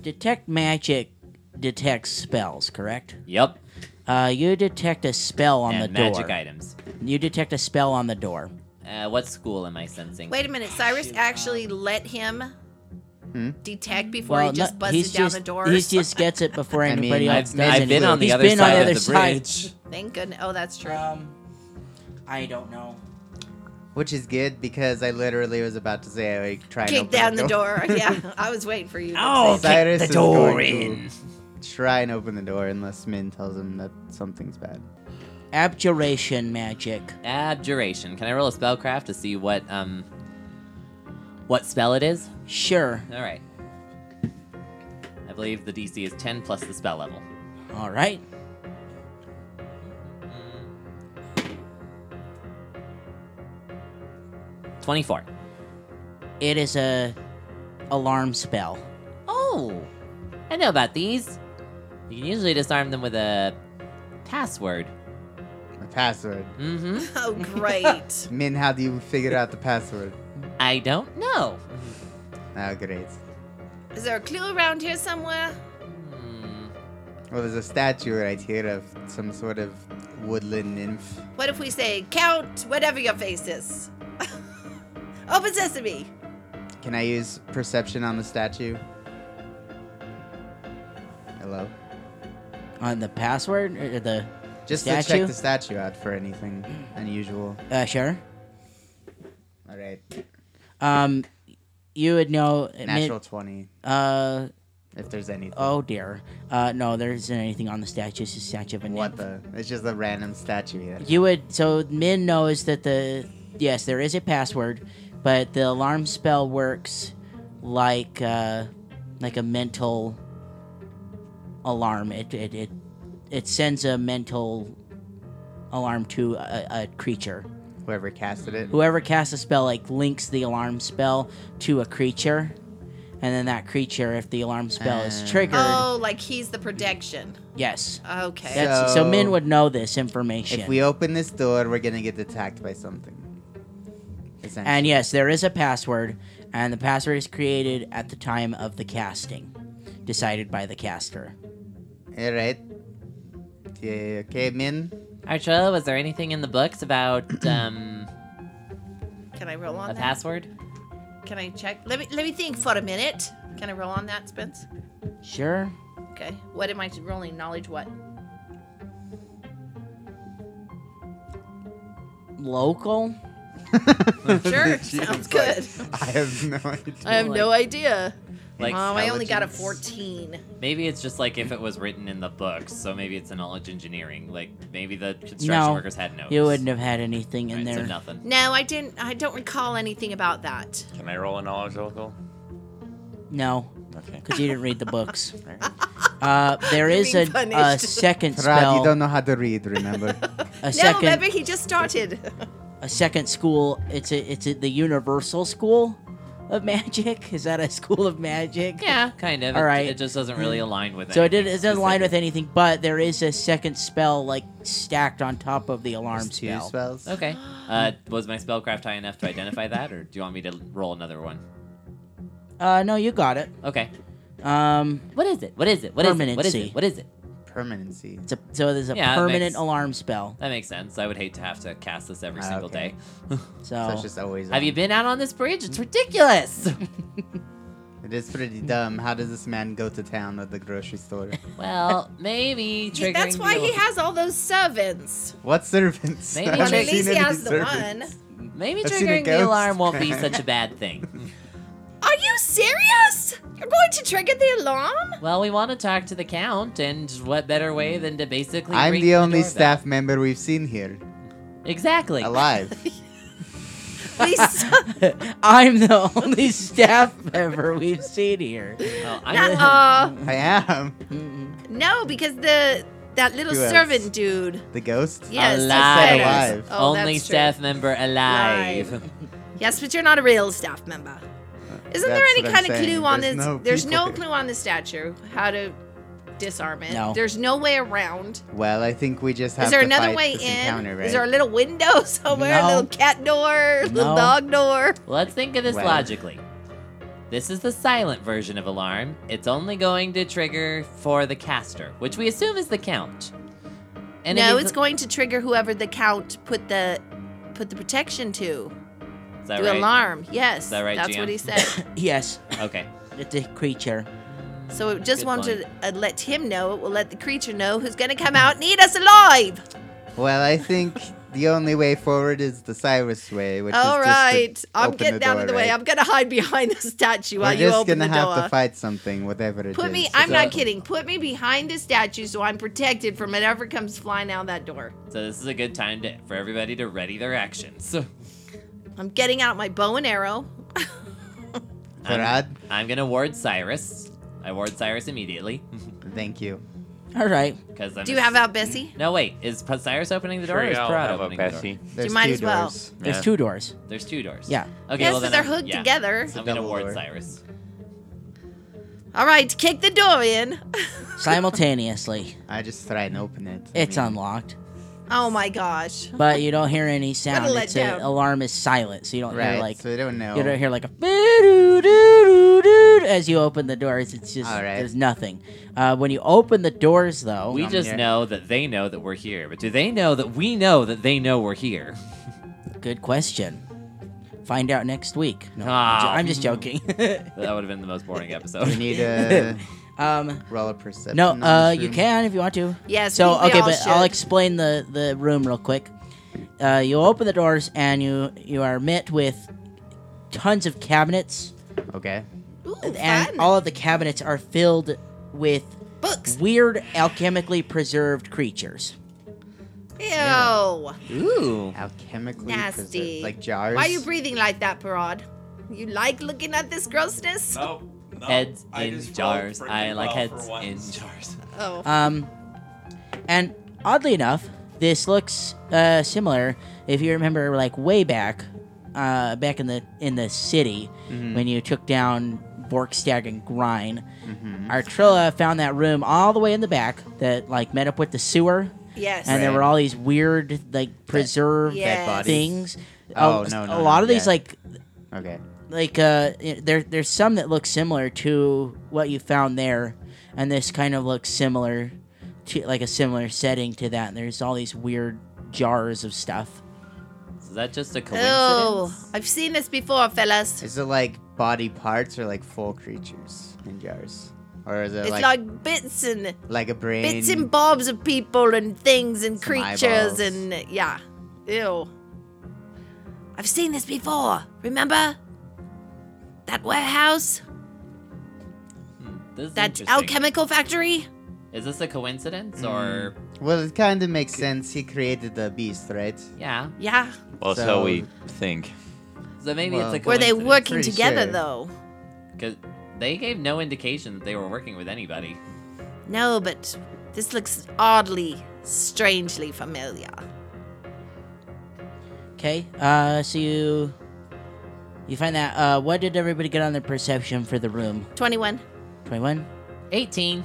A: detect magic detects spells correct
B: yep.
A: Uh, you detect a spell on
B: and
A: the door.
B: magic items.
A: You detect a spell on the door.
B: Uh, what school am I sensing?
D: Wait a minute, Cyrus actually let him detect before he
A: Well,
D: just
A: no-
D: busted
A: he's
D: down
A: just
D: the door.
A: he just gets it before
C: I mean,
A: anybody
B: I've,
A: else does.
B: I've
A: and
B: been
A: he-
B: on the
A: he's
B: other
A: been on
B: side
A: the
B: of
A: other
B: the
A: side.
B: bridge.
D: Thank goodness. Oh, that's true.
A: Um, I don't know.
C: Which is good because I literally was about to say I like, try and
D: Kick
C: open
D: down the door. yeah, I was waiting for you. to
B: Oh,
D: say
C: Cyrus
B: kick the
C: is
B: door
C: going to-
B: in.
C: Try and open the door unless Min tells him that something's bad.
A: Abjuration magic.
B: Abjuration. Can I roll a spellcraft to see what um what spell it is?
A: Sure.
B: All right. I believe the DC is 10 plus the spell level.
A: All right.
B: Twenty-four.
A: It is a alarm spell.
B: Oh, I know about these. You can usually disarm them with a password.
C: The password.
B: Mm-hmm.
D: Oh, great.
C: Min, how do you figure out the password?
B: I don't know.
C: Oh, great.
D: Is there a clue around here somewhere?
B: Hmm.
C: Well, there's a statue right here of some sort of woodland nymph.
D: What if we say count whatever your face is? Oh, Open sesame.
C: Can I use perception on the statue? Hello?
A: On the password or the
C: Just to
A: Statue?
C: check the statue out for anything unusual.
A: uh, sure.
C: All right.
A: Um, you would know.
C: Natural 20,
A: Uh
C: if there's anything.
A: oh dear. Uh no, there isn't anything on the statue. It's a statue of a nymph.
C: What the? It's just a random statue. That
A: You would so Min knows that the yes, there is a password, but the alarm spell works like uh, like a mental alarm. It it it, it sends a mental alarm to a, a creature.
C: whoever casted it.
A: Whoever casts a spell like links the alarm spell to a creature, and then that creature, if the alarm spell
C: Ah.
A: is triggered,
D: Oh, like he's the protection.
A: yes.
D: Okay.
A: That's, so,
C: So-
A: Min would know this information.
C: If we open this door, we're gonna get attacked by something. Essentially.
A: And yes, there is a password, and the password is created at the time of the casting, decided by the caster.
C: All right. Yeah, okay, Min.
B: Archel, was there anything in the books about um
D: Can I roll on
B: A
D: that?
B: password?
D: Can I check? Let me let me think for a minute. Can I roll on that, Spence?
A: Sure.
D: Okay. What am I rolling? Knowledge what?
A: Local.
D: Sure,
C: She
D: sounds
C: was like,
D: good.
C: I have no idea.
D: I have no idea.
B: Like
D: Mom, I only got a
C: intelligence.
D: 14.
B: maybe it's just like if it was written in the books, so maybe it's a knowledge engineering. Like maybe the construction
A: No,
B: workers had notes.
A: You wouldn't have had anything in
B: Right, so
A: there.
B: nothing.
D: No, I didn't. I don't recall anything about that.
E: Can I roll a knowledge local?
A: no,
E: Okay.
A: because you didn't read the books.
E: Alright.
A: Uh, there
D: You're
A: is a,
D: being
A: a
D: punished.
A: second
C: Rod, you
A: spell,
C: don't know how to read, remember?
A: a
D: No, remember
A: second,
D: he just started.
A: a second school. It's a, it's a, the Universal School of Magic. Is that a school of magic?
B: Yeah, kind of.
A: All
B: It-
A: right.
B: It, just doesn't really align with
A: So it
B: anything
A: didn't it doesn't line with
B: specific.
A: anything, but there is a second spell like stacked on top of the alarm
C: There's two
A: spell.
C: spells.
B: Okay. Uh, was my spellcraft high enough to identify that, or do you want me to roll another one?
A: Uh, no, you got it.
B: Okay.
A: Um,
F: What is it? What is it? What is it? What is
A: Permanency.
F: it? What is it?
C: Permanency.
A: it's a, so there's a
B: Yeah, that
A: permanent
B: makes-
A: alarm spell.
B: That makes sense. I would hate to have to cast this every
C: Ah,
B: single
C: okay.
B: day.
A: So,
C: So it's just always.
B: Oh. Have
C: on.
B: you been out on this bridge?
F: It's ridiculous.
C: It is pretty dumb. How does this man go to town at the grocery store?
B: well, maybe
D: He-
B: triggering.
D: That's why he
B: people-
D: has all those servants.
C: What servants?
B: Maybe
C: I
D: Well,
B: I've
C: haven't
D: at
B: trick-
D: least
C: seen
D: he
C: any
D: has the one.
C: servants.
B: Maybe
C: I've seen a
B: triggering the
C: ghost.
B: alarm won't be such a bad thing.
D: Are you serious? You're going to trigger the alarm?
B: Well, we want to talk to the count, and what better way than to basically.
C: I'm
B: ring
C: the only
B: doorbell.
C: staff member we've seen here
B: Exactly.
C: alive.
D: Please.
A: I'm the only staff member we've seen here. Mm-hmm.
B: Oh, I'm,
D: uh,
C: I am
A: Mm-mm.
D: no, because the that little
C: Who else?
D: servant dude.
C: the ghost.
D: Yes, that's
B: Alive.
D: right.
C: Alive.
D: Oh,
B: only
D: that's true.
B: staff member alive.
D: Yes, but you're not a real staff member. Isn't there
C: That's
D: any
C: what I'm
D: kind of
C: saying.
D: clue on
C: There's
D: this?
C: no
D: there's
C: people
D: no
C: here.
D: clue on the statue how to disarm it.
A: No.
D: There's no way around.
C: Well, I think we just have
D: Is there
C: to
D: another
C: fight
D: way
C: this
D: in?
C: encounter, right?
D: Is there a little window somewhere? A
A: No.
D: little cat door? A little
A: No.
D: dog door?
B: Let's think of this
C: Well.
B: logically. This is the silent version of alarm. It's only going to trigger for the caster, which we assume is the count. if
D: no,
B: he's-
D: it's going to trigger whoever the count put the put the protection to.
B: Is that
D: the
B: right?
D: alarm. Yes.
B: Is that right,
D: That's
B: GM?
D: what he said.
A: Yes,
B: Okay.
A: it's a creature.
D: So it just
B: Good
D: wants
B: point.
D: to uh, let him know. It will let the creature know who's going to come out and eat us alive.
C: Well, I think the only way forward is the Cyrus way, which
D: All
C: is just to
D: right. I'm
C: open
D: getting
C: the
D: out
C: door,
D: of the way.
C: right?
D: I'm going to hide behind the statue while
C: We're
D: you
C: just
D: open
C: gonna
D: the
C: have
D: door.
C: to fight something, whatever it is.
D: Put me, I'm
B: So-
D: not kidding. Put me behind the statue so I'm protected from whatever comes flying out that door.
B: So this is a good time to, for everybody to ready their actions.
D: I'm getting out my bow and arrow.
C: Farad,
B: I'm gonna ward Cyrus. I ward Cyrus immediately
C: thank you.
A: All right.
B: because I'm.
D: Do you have out Bessie?
B: No, wait. Is P- Cyrus opening the door? or
E: Sure,
B: is
E: I'll
B: Parada
E: have a
B: opening the door?
E: Bessie.
C: There's
D: might
C: two
D: as well.
C: doors.
A: There's
E: Yeah.
A: two doors.
B: There's two doors.
A: Yeah.
B: Okay.
D: yes,
B: well,
D: because
B: then
D: they're
B: I'm-
D: hooked
B: yeah.
D: together.
B: I'm gonna
C: Double
B: ward
C: door.
B: Cyrus.
D: All right, kick the door in.
A: Simultaneously,
C: I just try and open it. I
A: it's
C: mean,
A: unlocked,
D: oh my gosh.
A: but you don't hear any sound.
D: let
A: It's a,
D: down.
A: alarm is silent, so you don't
C: Right,
A: hear like
C: so we don't know.
A: you don't hear like a "Boo-doo-doo-doo-doo" as you open the doors. It's just
C: All right.
A: there's nothing. Uh, when you open the doors, though,
B: We
C: I'm
B: just
C: here.
B: know that they know that we're here, but do they know that we know that they know we're here?
A: good question. Find out next week. No,
B: Ah.
A: I'm, jo- I'm just joking.
B: That would have been the most boring
C: We
B: episode.
C: need a
A: um,
C: roll of perception.
A: no,
C: on this
A: uh, you
C: room.
A: can if you want to.
D: Yes,
A: So
D: we, we
A: okay,
D: all
A: but
D: should.
A: I'll explain the the room real quick. Uh, you open the doors and you you are met with tons of cabinets,
C: Okay.
D: Ooh,
A: and
D: fun.
A: all of the cabinets are filled with
D: Books.
A: weird alchemically preserved creatures.
D: Ew.
B: Ooh.
C: Alchemically
D: Nasty.
C: preserved, like jars.
D: Why are you breathing like that, Parad? You like looking at this grossness?
E: Nope.
B: Heads in jars. I like heads in jars.
D: Oh.
C: Uh,
A: Um, and oddly enough, this looks uh, similar. If you remember, like way back, uh, back in the in the city
C: Mm-hmm.
A: when you took down Borkstag and Grine,
C: Mm-hmm.
A: Artrilla found that room all the way in the back that like met up with the sewer,
D: yes.
A: and there
C: Right.
A: were all these weird like preserved
D: Yes.
C: bodies.
A: things.
C: Oh,
A: A-
C: no,
A: a
C: no,
A: lot
C: no,
A: of these
C: yeah.
A: like
C: Okay.
A: like uh i- there there's some that look similar to what you found there and this kind of looks similar to like a similar setting to that and there's all these weird jars of stuff
B: So Is that just a
D: Oh,
B: coincidence?
D: I've seen this before, fellas.
C: Is it like body parts or like full creatures in jars? Or is it
D: It's
C: like,
D: like, bits and
C: like a brain?
D: bits and bobs of people and things and
C: Some
D: creatures
C: eyeballs.
D: and yeah. Ew. I've seen this before. Remember? That warehouse?
B: Hmm, this is
D: That oh,
B: interesting.
D: alchemical factory?
B: Is this a coincidence or
C: well, it kind of makes sense. He created the beast, right?
B: yeah?
D: Yeah.
E: Well, that's how
C: So-
E: we think.
B: So maybe
C: Well-
B: it's a
D: Were they
B: coincidence,
D: working
C: Pretty
D: together
C: sure.
D: though?
B: Cause they gave no indication that they were working with anybody.
D: No, but this looks oddly, strangely familiar.
A: Okay. Uh, so you you find that. Uh, what did everybody get on their perception for the room?
D: 21.
A: Twenty-one.
B: Eighteen.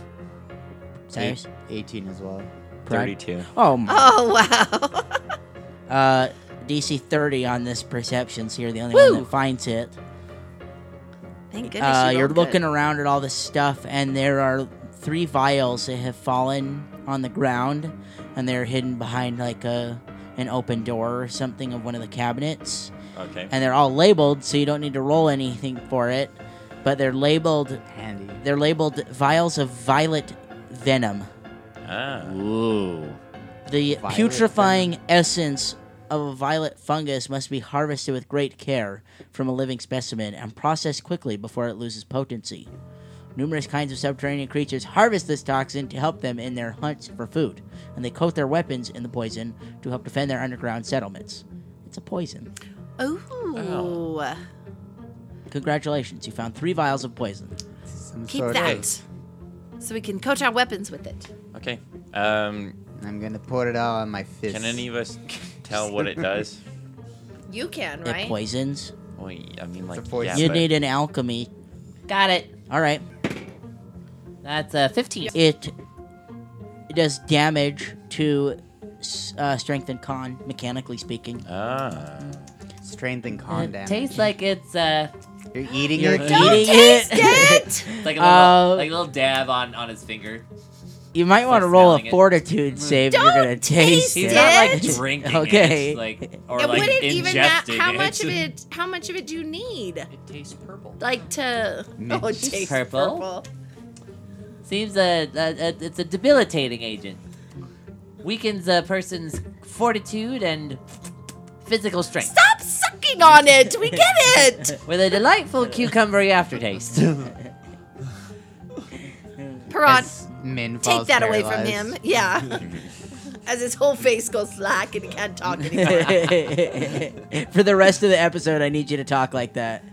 A: Cyrus.
C: 18 as well.
A: Brad?
E: Thirty-two.
A: Oh. My.
D: Oh, wow.
A: Uh, DC thirty on this perception. So you're the only one
D: Woo!
A: that finds it.
D: Thank goodness.
A: Uh,
D: you
A: you're
D: rolled
A: looking
D: good.
A: around at all this stuff, and there are three vials that have fallen on the ground, and they're hidden behind like a an open door or something of one of the cabinets.
E: Okay.
A: And they're all labeled, so you don't need to roll anything for it. But they're labeled
C: Handy.
A: they're labeled vials of violet venom,
E: Ah.
B: Ooh.
A: the
C: Violet
A: putrefying essence. Of a violet fungus must be harvested with great care from a living specimen and processed quickly before it loses potency. Numerous kinds of subterranean creatures harvest this toxin to help them in their hunts for food, and they coat their weapons in the poison to help defend their underground settlements. It's a poison.
D: Oh,
A: Congratulations, you found three vials of poison.
C: Some
D: keep
C: sort
D: that.
C: Of,
D: So we can coat our weapons with it.
E: Okay. Um,
C: I'm gonna pour it out on my fist.
E: can any of us tell what it does?
D: You can,
A: It poisons.
E: Well, I mean, like,
C: poison.
E: yeah,
A: you
E: but-
A: need an alchemy.
F: Got it.
A: All right.
F: That's uh, 15.
A: It does damage to s- uh, strength and con, mechanically speaking.
E: Ah.
C: strength and
F: it
C: con damage?
F: tastes like it's uh,
C: You're eating
A: You're
C: your
A: Don't eating taste it!
B: It's like a little,
A: Uh,
B: like a little dab on on his finger.
A: You might want to
B: Like
A: roll
B: smelling
A: a
B: it.
A: fortitude save if you're going to taste
D: taste
A: it.
B: He's not like
D: Did?
B: drinking
A: Okay.
B: it, like or
D: It
B: like
D: wouldn't even that.
B: ingesting
D: How
B: it.
D: much of it? How much of it do you need?
B: It tastes purple.
D: Like to?
C: Mitch.
D: Oh, it tastes
F: Purple?
D: purple.
F: seems a, a, a it's a debilitating agent. Weakens a person's fortitude and physical strength
D: Stop sucking on it. We get it.
F: with a delightful cucumbery aftertaste.
D: Parad,
C: Min
D: take
C: falls
D: that away from
C: paralyzed.
D: him. Yeah. As his whole face goes black and he can't talk anymore.
A: For the rest of the episode, I need you to talk like that.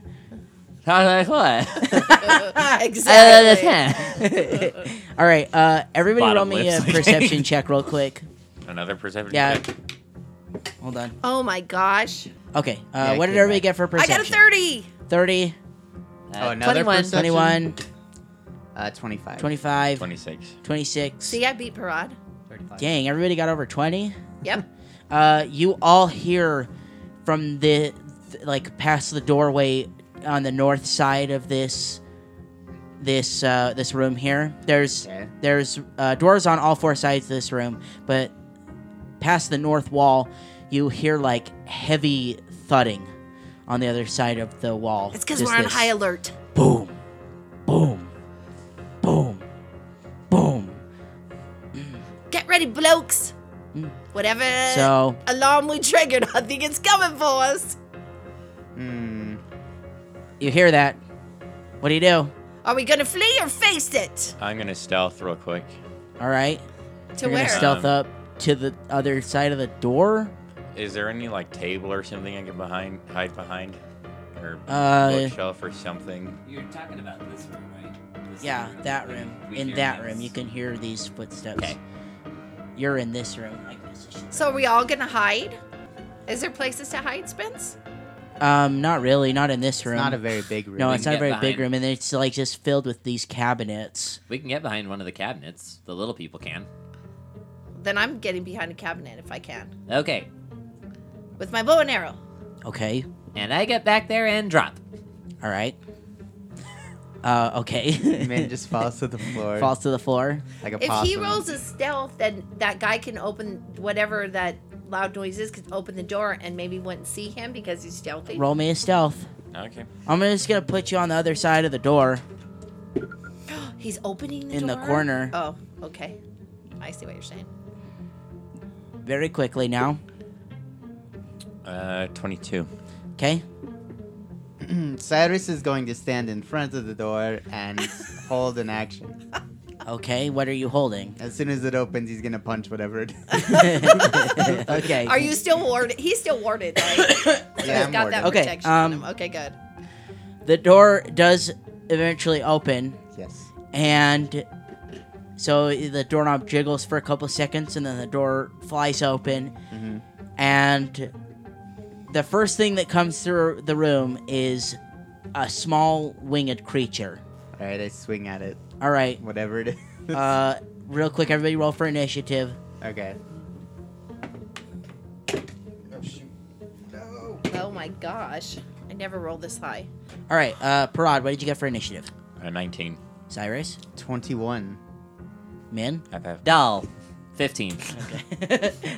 F: I was like, what?
D: exactly.
A: All right, uh, everybody,
E: Bottom
A: roll me a
E: lips.
A: perception check real quick.
E: Another perception
A: Yeah.
E: check.
A: Hold on.
D: Oh my gosh.
A: Okay, uh,
C: Yeah,
A: what did
C: good
A: everybody
C: luck.
A: get for
D: I
A: perception?
D: got a 30.
A: Thirty,
C: Oh,
F: Uh,
C: another
F: 21.
C: perception?
A: 21,
C: Uh, 25.
A: 25,
E: 26.
A: 26.
D: See, I beat Parad.
A: Dang, everybody got over 20.
D: Yep.
A: Uh, you all hear from the, th- like past the doorway on the north side of this this uh, this room here. There's
C: Okay.
A: there's uh, doors on all four sides of this room, but past the north wall, you hear like heavy thudding on the other side of the wall.
D: It's because
A: Just
D: we're on
A: this
D: high alert.
A: boom, boom, boom, boom.
D: Get ready, blokes. Whatever
A: Mm. So
D: alarm we triggered, I think it's coming for us.
C: Hmm.
A: you hear that? What do you do?
D: Are we gonna flee or face it?
E: I'm going to stealth real quick.
A: All right.
D: To
A: You're
D: where?
A: gonna stealth
E: Um,
A: up to the other side of the door.
E: Is there any, like, table or something I can behind, hide behind? Or
A: Uh,
E: bookshelf or something?
B: You're talking about this room, right? This
A: Yeah,
B: room.
A: that
B: We-
A: room.
B: we
A: In
B: hear
A: that
B: things.
A: room, you can hear these footsteps.
B: Okay.
A: You're in this room. I guess you
D: so are we all gonna hide? Is there places to hide, Spence?
A: should- Um, not really. Not in this
C: It's
A: room.
C: not a very big room.
A: no, it's
B: can
A: not a
B: get
A: very big
B: behind.
A: room, and it's like just filled with these cabinets.
B: We can get behind one of the cabinets. The little people can.
D: Then I'm getting behind a cabinet if I can.
B: Okay,
D: With my bow and arrow.
A: Okay.
B: and I get back there and drop.
A: All right. Uh, okay.
C: Min just falls to the floor.
A: falls to the floor.
C: like a
D: If he
C: possum.
D: rolls a stealth, then that guy can open whatever that loud noises could open the door and maybe wouldn't see him because he's stealthy.
A: Roll me a stealth.
E: Okay.
A: I'm just gonna put you on the other side of the door
D: He's opening the
A: in the
D: door?
A: corner
D: Oh, okay. I see what you're saying.
A: very quickly now.
E: Uh, 22.
A: Okay.
C: Cyrus is going to stand in front of the door and hold an action.
A: Okay. What are you holding?
C: As soon as it opens, he's gonna punch whatever it is.
A: okay.
D: Are you still warded? He's still warded, right?
C: Yeah,
D: he's
C: I'm
D: got
C: warded.
D: that
A: Okay,
D: protection on
A: um,
D: him. Okay, good.
A: the door does eventually open,
C: Yes.
A: and so the doorknob jiggles for a couple seconds, and then the door flies open, and the first thing that comes through the room is a small winged creature.
C: All right, I swing at it.
A: All right.
C: Whatever it is.
A: Uh, real quick, everybody, roll for initiative.
C: okay.
D: Oh my gosh. I never rolled this high.
A: All right, uh, Parad, what did you get for initiative?
E: Uh, 19.
A: Cyrus,
C: Twenty-one.
A: Min,
E: I've had
F: Doll.
B: 15.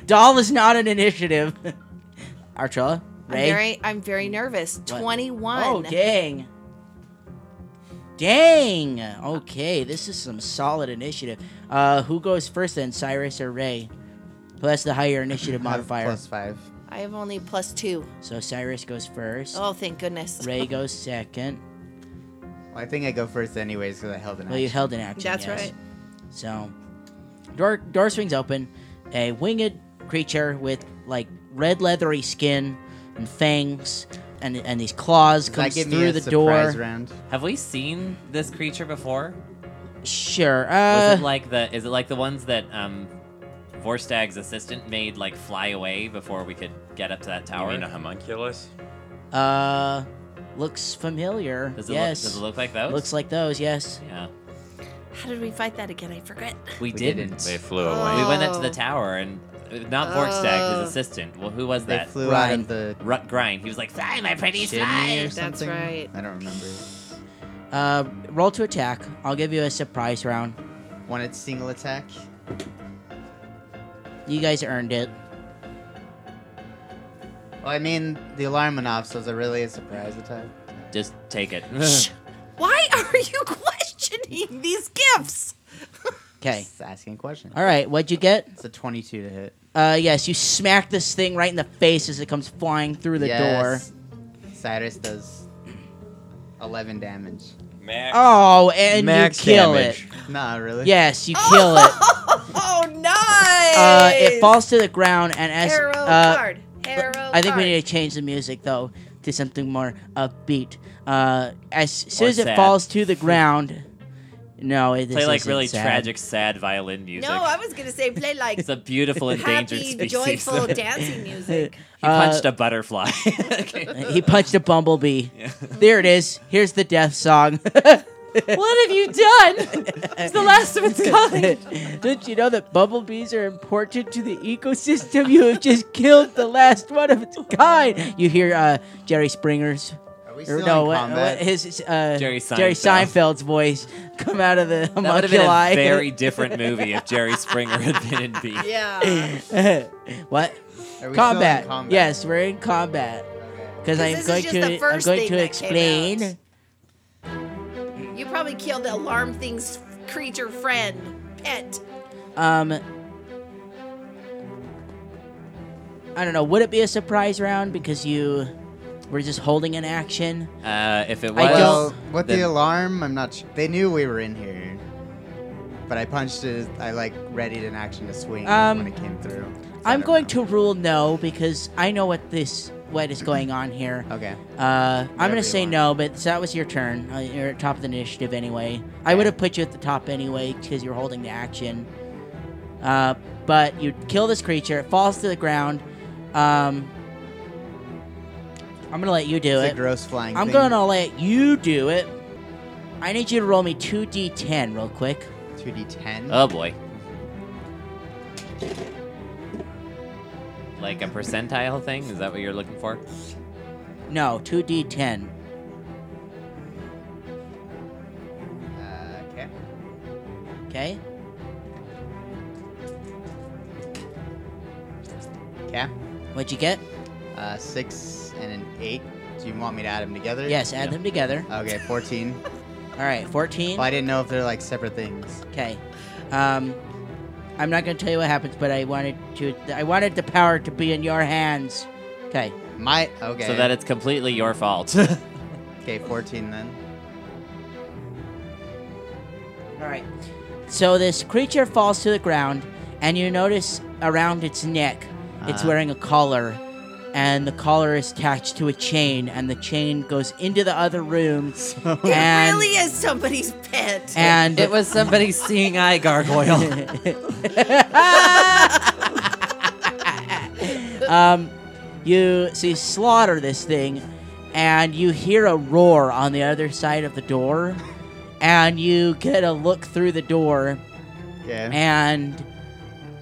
A: Doll is not an initiative. Archella, Ray.
D: I'm very, I'm very nervous. 21.
A: Oh dang. Dang. Okay, this is some solid initiative. Uh, who goes first then, Cyrus or Ray? Who has the higher initiative
C: I have
A: modifier?
C: Plus five.
D: I have only plus two.
A: So Cyrus goes first.
D: Oh, thank goodness.
A: Ray goes second.
C: Well, I think I go first anyways because I held an
A: Well,
C: action.
A: you held an action.
D: That's
A: yes.
D: right.
A: So, door door swings open. A winged creature with like red leathery skin and fangs and and these claws
C: Does
A: comes
C: that give me
A: through
C: a
A: the door.
C: surprise round?
B: Have we seen this creature before?
A: Sure.
B: Was
A: Uh,
B: it like the is it like the ones that um Vorstag's assistant made like fly away before we could get up to that
E: You
B: tower?
E: mean a homunculus?
A: Uh, looks familiar.
B: Does it
A: yes.
B: look does it look like those?
A: Looks like those. Yes.
B: yeah.
D: How did we fight that again? I forget.
B: We,
C: didn't.
B: didn't.
E: They flew
D: Oh.
E: away.
B: We went up to
D: Oh.
B: the tower and uh, not Vorstag,
D: Oh.
B: his assistant. Well, who was
C: They
B: that?
C: flew out
A: Ryan.
C: of the
B: Rut Grind. He was like, "Fly, my pretty
C: chimney or
B: fly."
D: That's
C: something.
D: right.
C: I don't remember.
A: Uh, roll to attack. I'll give you a surprise round.
C: Wanted single attack.
A: You guys earned it.
C: Well, I mean, the alarm went off, so is it really a surprise attack?
B: Just take it.
D: Why are you questioning these gifts?
A: Okay.
C: Just asking a question.
A: All right. What'd you get?
C: It's a 22 to hit.
A: Uh, yes. You smack this thing right in the face as it comes flying through the door.
C: yes. Cyrus does 11 damage.
E: Max.
A: Oh, and you kill it.
C: Nah, really?
A: Yes, you kill it.
D: Oh, nice.
A: Uh, it falls to the ground, and as
D: Arrow
A: uh,
D: card. Arrow
A: I think we
D: card.
A: need to change the music though to something more upbeat. Uh, as soon
B: Or
A: as it
B: sad.
A: falls to the ground, no, it, this
B: Play like
A: isn't
B: really
A: sad.
B: tragic, sad violin music.
D: No, I was gonna say play like
B: it's a beautiful endangered
D: happy,
B: species.
D: joyful dancing music.
B: he punched a butterfly.
A: He punched a bumblebee. There it is. Here's the death song.
F: What have you done? It's the last of its kind.
A: Don't you know that bumblebees are important to the ecosystem? You have just killed the last one of its kind. You hear uh, Jerry Springer's
C: Are we
A: Or
C: still
A: no,
C: in
A: what,
C: combat?
A: what his uh,
B: Jerry
A: Seinfeld's voice come out of the
B: That would have been a
A: homunculi.
B: very different movie if Jerry Springer had been in B.
D: Yeah.
A: what
C: Are we still in
A: combat.
C: combat?
A: Yes, we're in combat because I'm
D: this is
A: going
D: just
A: to
D: the
A: I'm
D: first
A: going
D: thing
A: to
D: that came
A: explain.
D: out. You probably killed the alarm thing's creature friend, pet.
A: Um, I don't know. Would it be a surprise round because you were just holding an action?
B: Uh, if it was,
A: I
C: Well,
A: don't-
C: with the,
B: then-
C: alarm, I'm not sure. They knew we were in here. But I punched it. I, like, readied an action to swing
A: Um,
C: when it came through. So I
A: I'm
C: don't
A: going to
C: know.
A: rule no because I know what this what is going on here.
C: Okay.
A: Uh, I'm
C: Whatever
A: gonna
C: you
A: say
C: want.
A: no, but so that was your turn. Uh, you're at top of the initiative anyway. I would have put you at the top anyway because you're holding the action. Uh, but you kill this creature. It falls to the ground. Um, I'm gonna let you do
C: It's a
A: it.
C: gross flying
A: I'm
C: thing.
A: gonna let you do it. I need you to roll me two d10 real quick.
C: 2d10.
B: oh boy, like a percentile thing. Is that what you're looking for?
A: No, two d10.
C: Uh, okay.
A: Okay.
C: Okay.
A: What'd you get?
C: Uh, six and an eight. Do you want me to add them together?
A: Yes, add
E: Yeah.
A: them together.
C: Okay, 14.
A: All right, 14.
C: well, I didn't know if they're like separate things.
A: Okay. Um, I'm not going to tell you what happens, but I wanted to. I wanted the power to be in your hands. Okay.
C: My okay.
B: So that it's completely your fault.
C: okay, 14 then.
A: All right. So this creature falls to the ground, and you notice around its neck, it's
C: Uh.
A: wearing a collar, and the collar is attached to a chain, and the chain goes into the other room,
D: It
A: and
D: really is somebody's pet.
A: and
F: It was somebody seeing eye gargoyle.
A: um, you so you slaughter this thing, and you hear a roar on the other side of the door, and you get a look through the door,
C: Okay.
A: and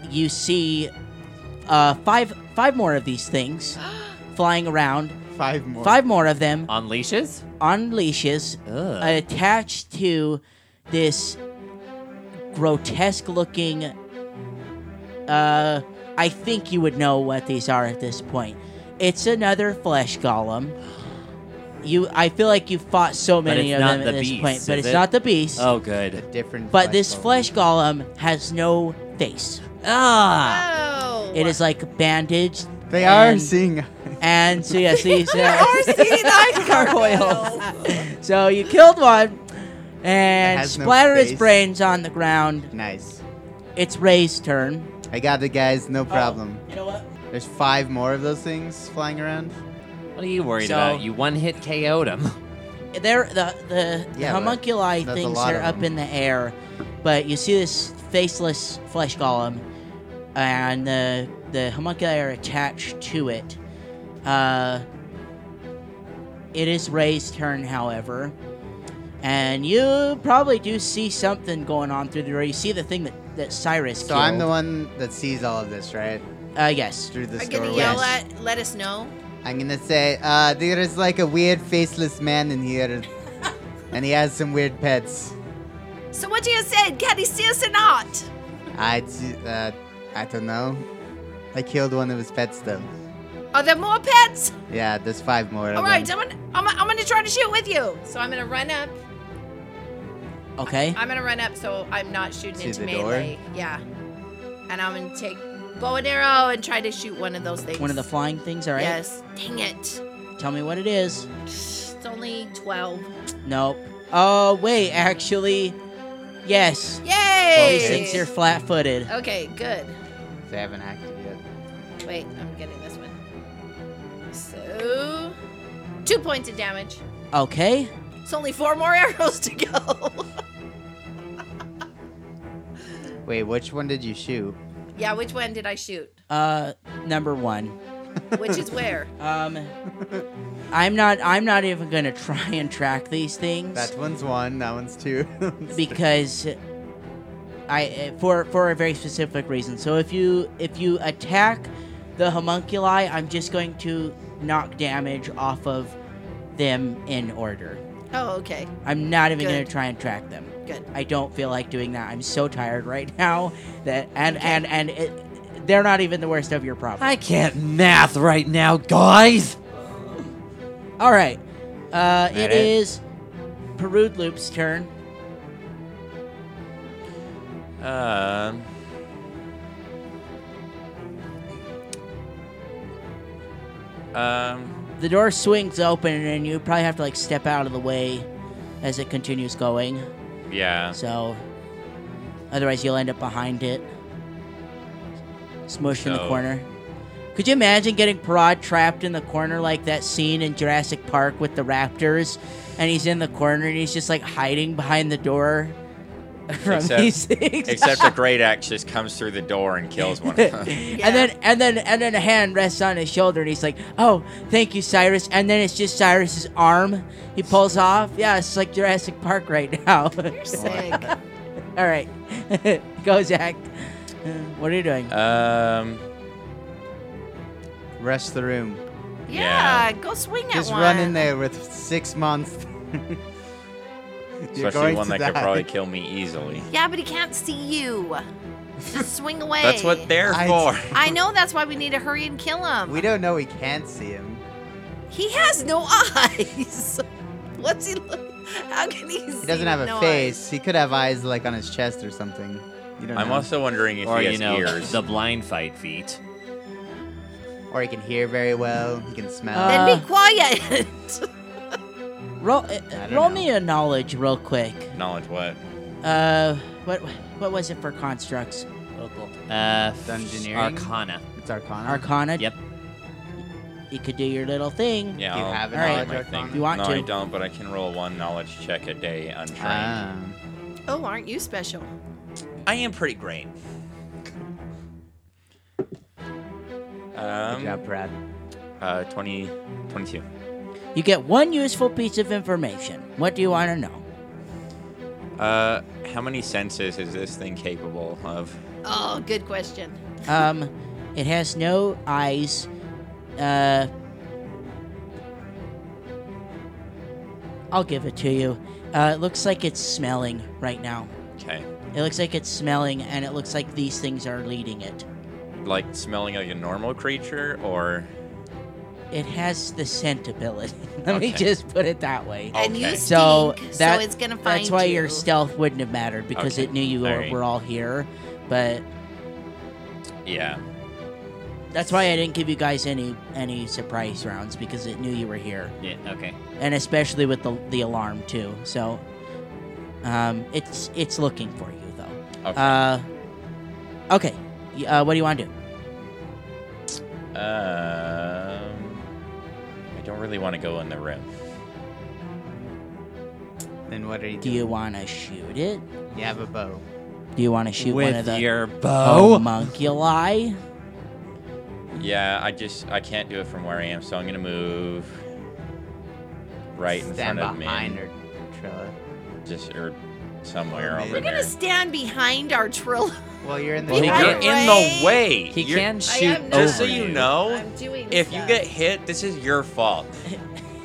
A: you see uh, five five more of these things flying around.
C: Five more.
A: Five more of them
B: On leashes?
A: on leashes
B: Ugh.
A: attached to this grotesque looking uh I think you would know what these are at this point. It's another flesh golem. You I feel like you've fought so many
B: it's
A: of
B: not
A: them at
B: the
A: this
B: beast,
A: point, but
B: is
A: it's
B: it?
A: not the beast.
B: oh, good.
C: Different.
A: but this
C: golem.
A: flesh golem has no face.
B: Ah!
D: oh,
A: It is like bandaged
C: They are
A: and-
C: seeing.
A: and so yeah, so you
D: Or seeing eye gargoyles.
A: So you killed one
C: It
A: and
C: has no
A: splatter its
C: face.
A: brains on the ground.
C: nice.
A: It's Ray's turn.
C: I got it, guys.
A: Oh.
C: No problem.
A: You know what?
C: There's five more of those things flying around.
B: What are you worried
A: So-
B: about? You one hit KO'd him.
A: They're the the, the
C: Yeah, but
A: homunculi
C: that's a
A: things
C: lot
A: are
C: of
A: up
C: them.
A: in the air, but you see this faceless flesh golem, and the the homunculi are attached to it. Uh, it is Ray's turn, however, and you probably do see something going on through the door. You see the thing that that Cyrus.
C: So
A: killed.
C: I'm the one that sees all of this, right?
A: Uh, yes.
C: Through this
D: Are gonna
C: doorway.
D: yell at? Let us know.
C: I'm gonna say, uh, there is like a weird faceless man in here, and he has some weird pets.
D: So what do you say? Can he see us or not?
C: I, d- uh, I don't know. I killed one of his pets though.
D: Are there more pets?
C: Yeah, there's five more.
D: All
C: of
D: right,
C: them.
D: I'm gonna, I'm, I'm gonna try to shoot with you. So I'm gonna run up.
A: Okay.
D: I'm gonna run up so I'm not shooting
C: To
D: into
C: the
D: melee. Yeah. And I'm gonna take bow and arrow and try to shoot one of those things.
A: One of the flying things. All right.
D: Yes. Dang it.
A: Tell me what it is.
D: It's only 12.
A: Nope. Oh wait, actually, yes.
D: Yay!
A: These things are flat-footed.
D: Okay, good.
C: They haven't acted yet.
D: Wait, I'm getting this one. So, two points of damage.
A: Okay.
D: It's only four more arrows to go.
C: Wait, which one did you shoot?
D: yeah, which one did I shoot?
A: Uh, number one.
D: Which is where?
A: Um, I'm not. I'm not even gonna try and track these things
C: That one's one. That one's two.
A: because I for for a very specific reason. So if you if you attack the homunculi, I'm just going to knock damage off of them in order.
D: Oh, okay.
A: I'm not even
D: Good.
A: gonna try and track them.
D: Good.
A: I don't feel like doing that. I'm so tired right now that and and and it, they're not even the worst of your problems.
F: I can't math right now, guys.
A: All right, uh, it
E: That it?
A: is Perude Loop's turn.
E: Um. Um.
A: The door swings open and you probably have to like step out of the way as it continues going.
E: Yeah.
A: So otherwise you'll end up behind it, smushed in the
E: So-
A: corner. Could you imagine getting Parad trapped in the corner like that scene in Jurassic Park with the raptors? And he's in the corner and he's just like hiding behind the door from
E: Except-
A: these things.
E: Except a great axe just comes through the door and kills one of them.
A: And then and then and then a hand rests on his shoulder and he's like, "Oh, thank you, Cyrus." And then it's just Cyrus's arm. He pulls off. Yeah, it's like Jurassic Park right now.
D: You're sick.
A: All right, go Zach. Uh, What are you doing?
E: Um.
C: Rush the room.
D: yeah,
E: Yeah.
D: go swing at
C: Just
D: one.
C: run in there with six monsters. You're
E: Especially
C: going
E: one
C: to
E: that could
C: die.
E: probably kill me easily.
D: Yeah, but he can't see you. Just swing away.
E: That's what they're
C: I-
E: for.
D: I know that's why we need to hurry and kill him.
C: We don't know we can't see him.
D: He has no eyes. What's he look? How can he see?
C: He doesn't have a
D: with no
C: face. He could have eyes like on his chest or something. You don't
E: I'm
C: know.
E: also wondering if
B: or
E: he
B: you
E: has
B: know
E: ears.
B: the blind fight feat.
C: or he can hear very well. He can smell.
A: Uh,
D: Eyes? Then be quiet.
A: Roll, uh,
C: don't
A: roll
C: know.
A: me a knowledge real quick.
E: Knowledge what?
A: Uh, what what was it for constructs?
F: Local.
B: Uh,
C: Dungeoneering?
B: Arcana.
C: it's Arcana.
A: Arcana.
B: Yep.
A: You could do your little thing.
E: Yeah.
C: Do you
E: I'll
C: have an
E: roll
A: knowledge
E: my
C: arcana?
E: thing.
A: You want
E: no,
A: to.
E: I don't, but I can roll one knowledge check a day untrained.
C: Ah.
D: oh, aren't you special?
E: I am pretty great.
C: Good
E: Um,
C: job, Brad.
E: uh, 20, 22.
A: You get one useful piece of information. What do you want to know?
E: Uh, how many senses is this thing capable of?
D: Oh, good question.
A: Um, it has no eyes. Uh, I'll give it to you. Uh, it looks like it's smelling right now.
E: Okay.
A: It looks like it's smelling, and it looks like these things are leading it.
E: Like smelling like a normal creature, or
A: It has the scent ability. Let me
E: Okay.
A: just put it that way.
E: Oh,
D: And you
E: Okay.
D: stink,
A: So
D: so,
A: that-
D: it's gonna find
A: That's why
D: you.
A: your stealth wouldn't have mattered because
E: Okay.
A: it knew you were,
E: Alright.
A: were all here. But
E: yeah.
A: that's why I didn't give you guys any any surprise rounds because it knew you were here.
B: Yeah. Okay.
A: and especially with the, the alarm too. So, um, it's it's looking for you though.
E: Okay.
A: Uh, okay. Y- Uh, what do you want to do?
E: Um, I don't really want to go in the room.
C: Then what are you
A: Do
C: doing?
A: you want to shoot it?
C: You have a bow.
A: Do you want to shoot one of the Oh,
B: your
A: homunculi?
E: Yeah, I just I can't do it from where I am, so I'm gonna move right in
C: Stand
E: front of
C: behind
E: me,
C: her, Trilla.
E: just or somewhere
C: Or
E: over
C: maybe-
D: We're gonna
E: there.
D: stand behind our trill.
C: Well, you're in the
D: Well,
E: Hey,
D: Right
E: you're
C: door.
E: in the
D: away.
E: way.
F: He
E: You're-
F: can
D: I
F: shoot
D: am not-
E: Just so
F: over
E: you
F: you.
E: know,
D: I'm doing.
E: if you
D: stuff.
E: get hit, this is your fault.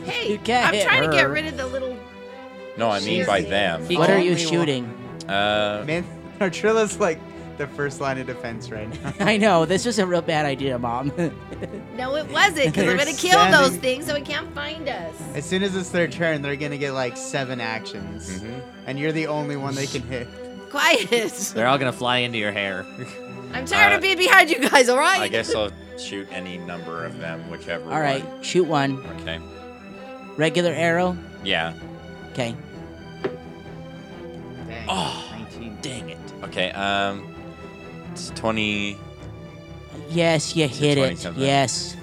D: hey,
A: you can't
D: I'm
A: hit
D: trying to get
A: her.
D: rid of the little.
E: No, I mean by
D: Seriously.
E: them.
A: What are you
C: Only one.
A: shooting?
E: Uh,
C: Man, or Trilla's like the first line of defense right now.
A: I know this was a real bad idea, Mom.
D: No, it wasn't because
C: They're
D: we're gonna kill those
C: standing-
D: things so it can't find us.
C: as soon as it's their turn, they're gonna get like seven actions,
E: mhm.
C: and you're the only one they can hit.
D: Quiet.
B: They're all gonna fly into your hair.
D: I'm tired
E: Uh,
D: of being behind you guys. All right.
E: I guess I'll shoot any number of them, whichever.
A: All right,
E: one.
A: shoot one
E: Okay.
A: regular arrow.
E: Yeah.
A: Okay,
C: Dang. 19.
B: Dang it.
E: Okay. Um, it's twenty.
A: yes, you
E: a
A: hit it.
E: 27.
A: Yes,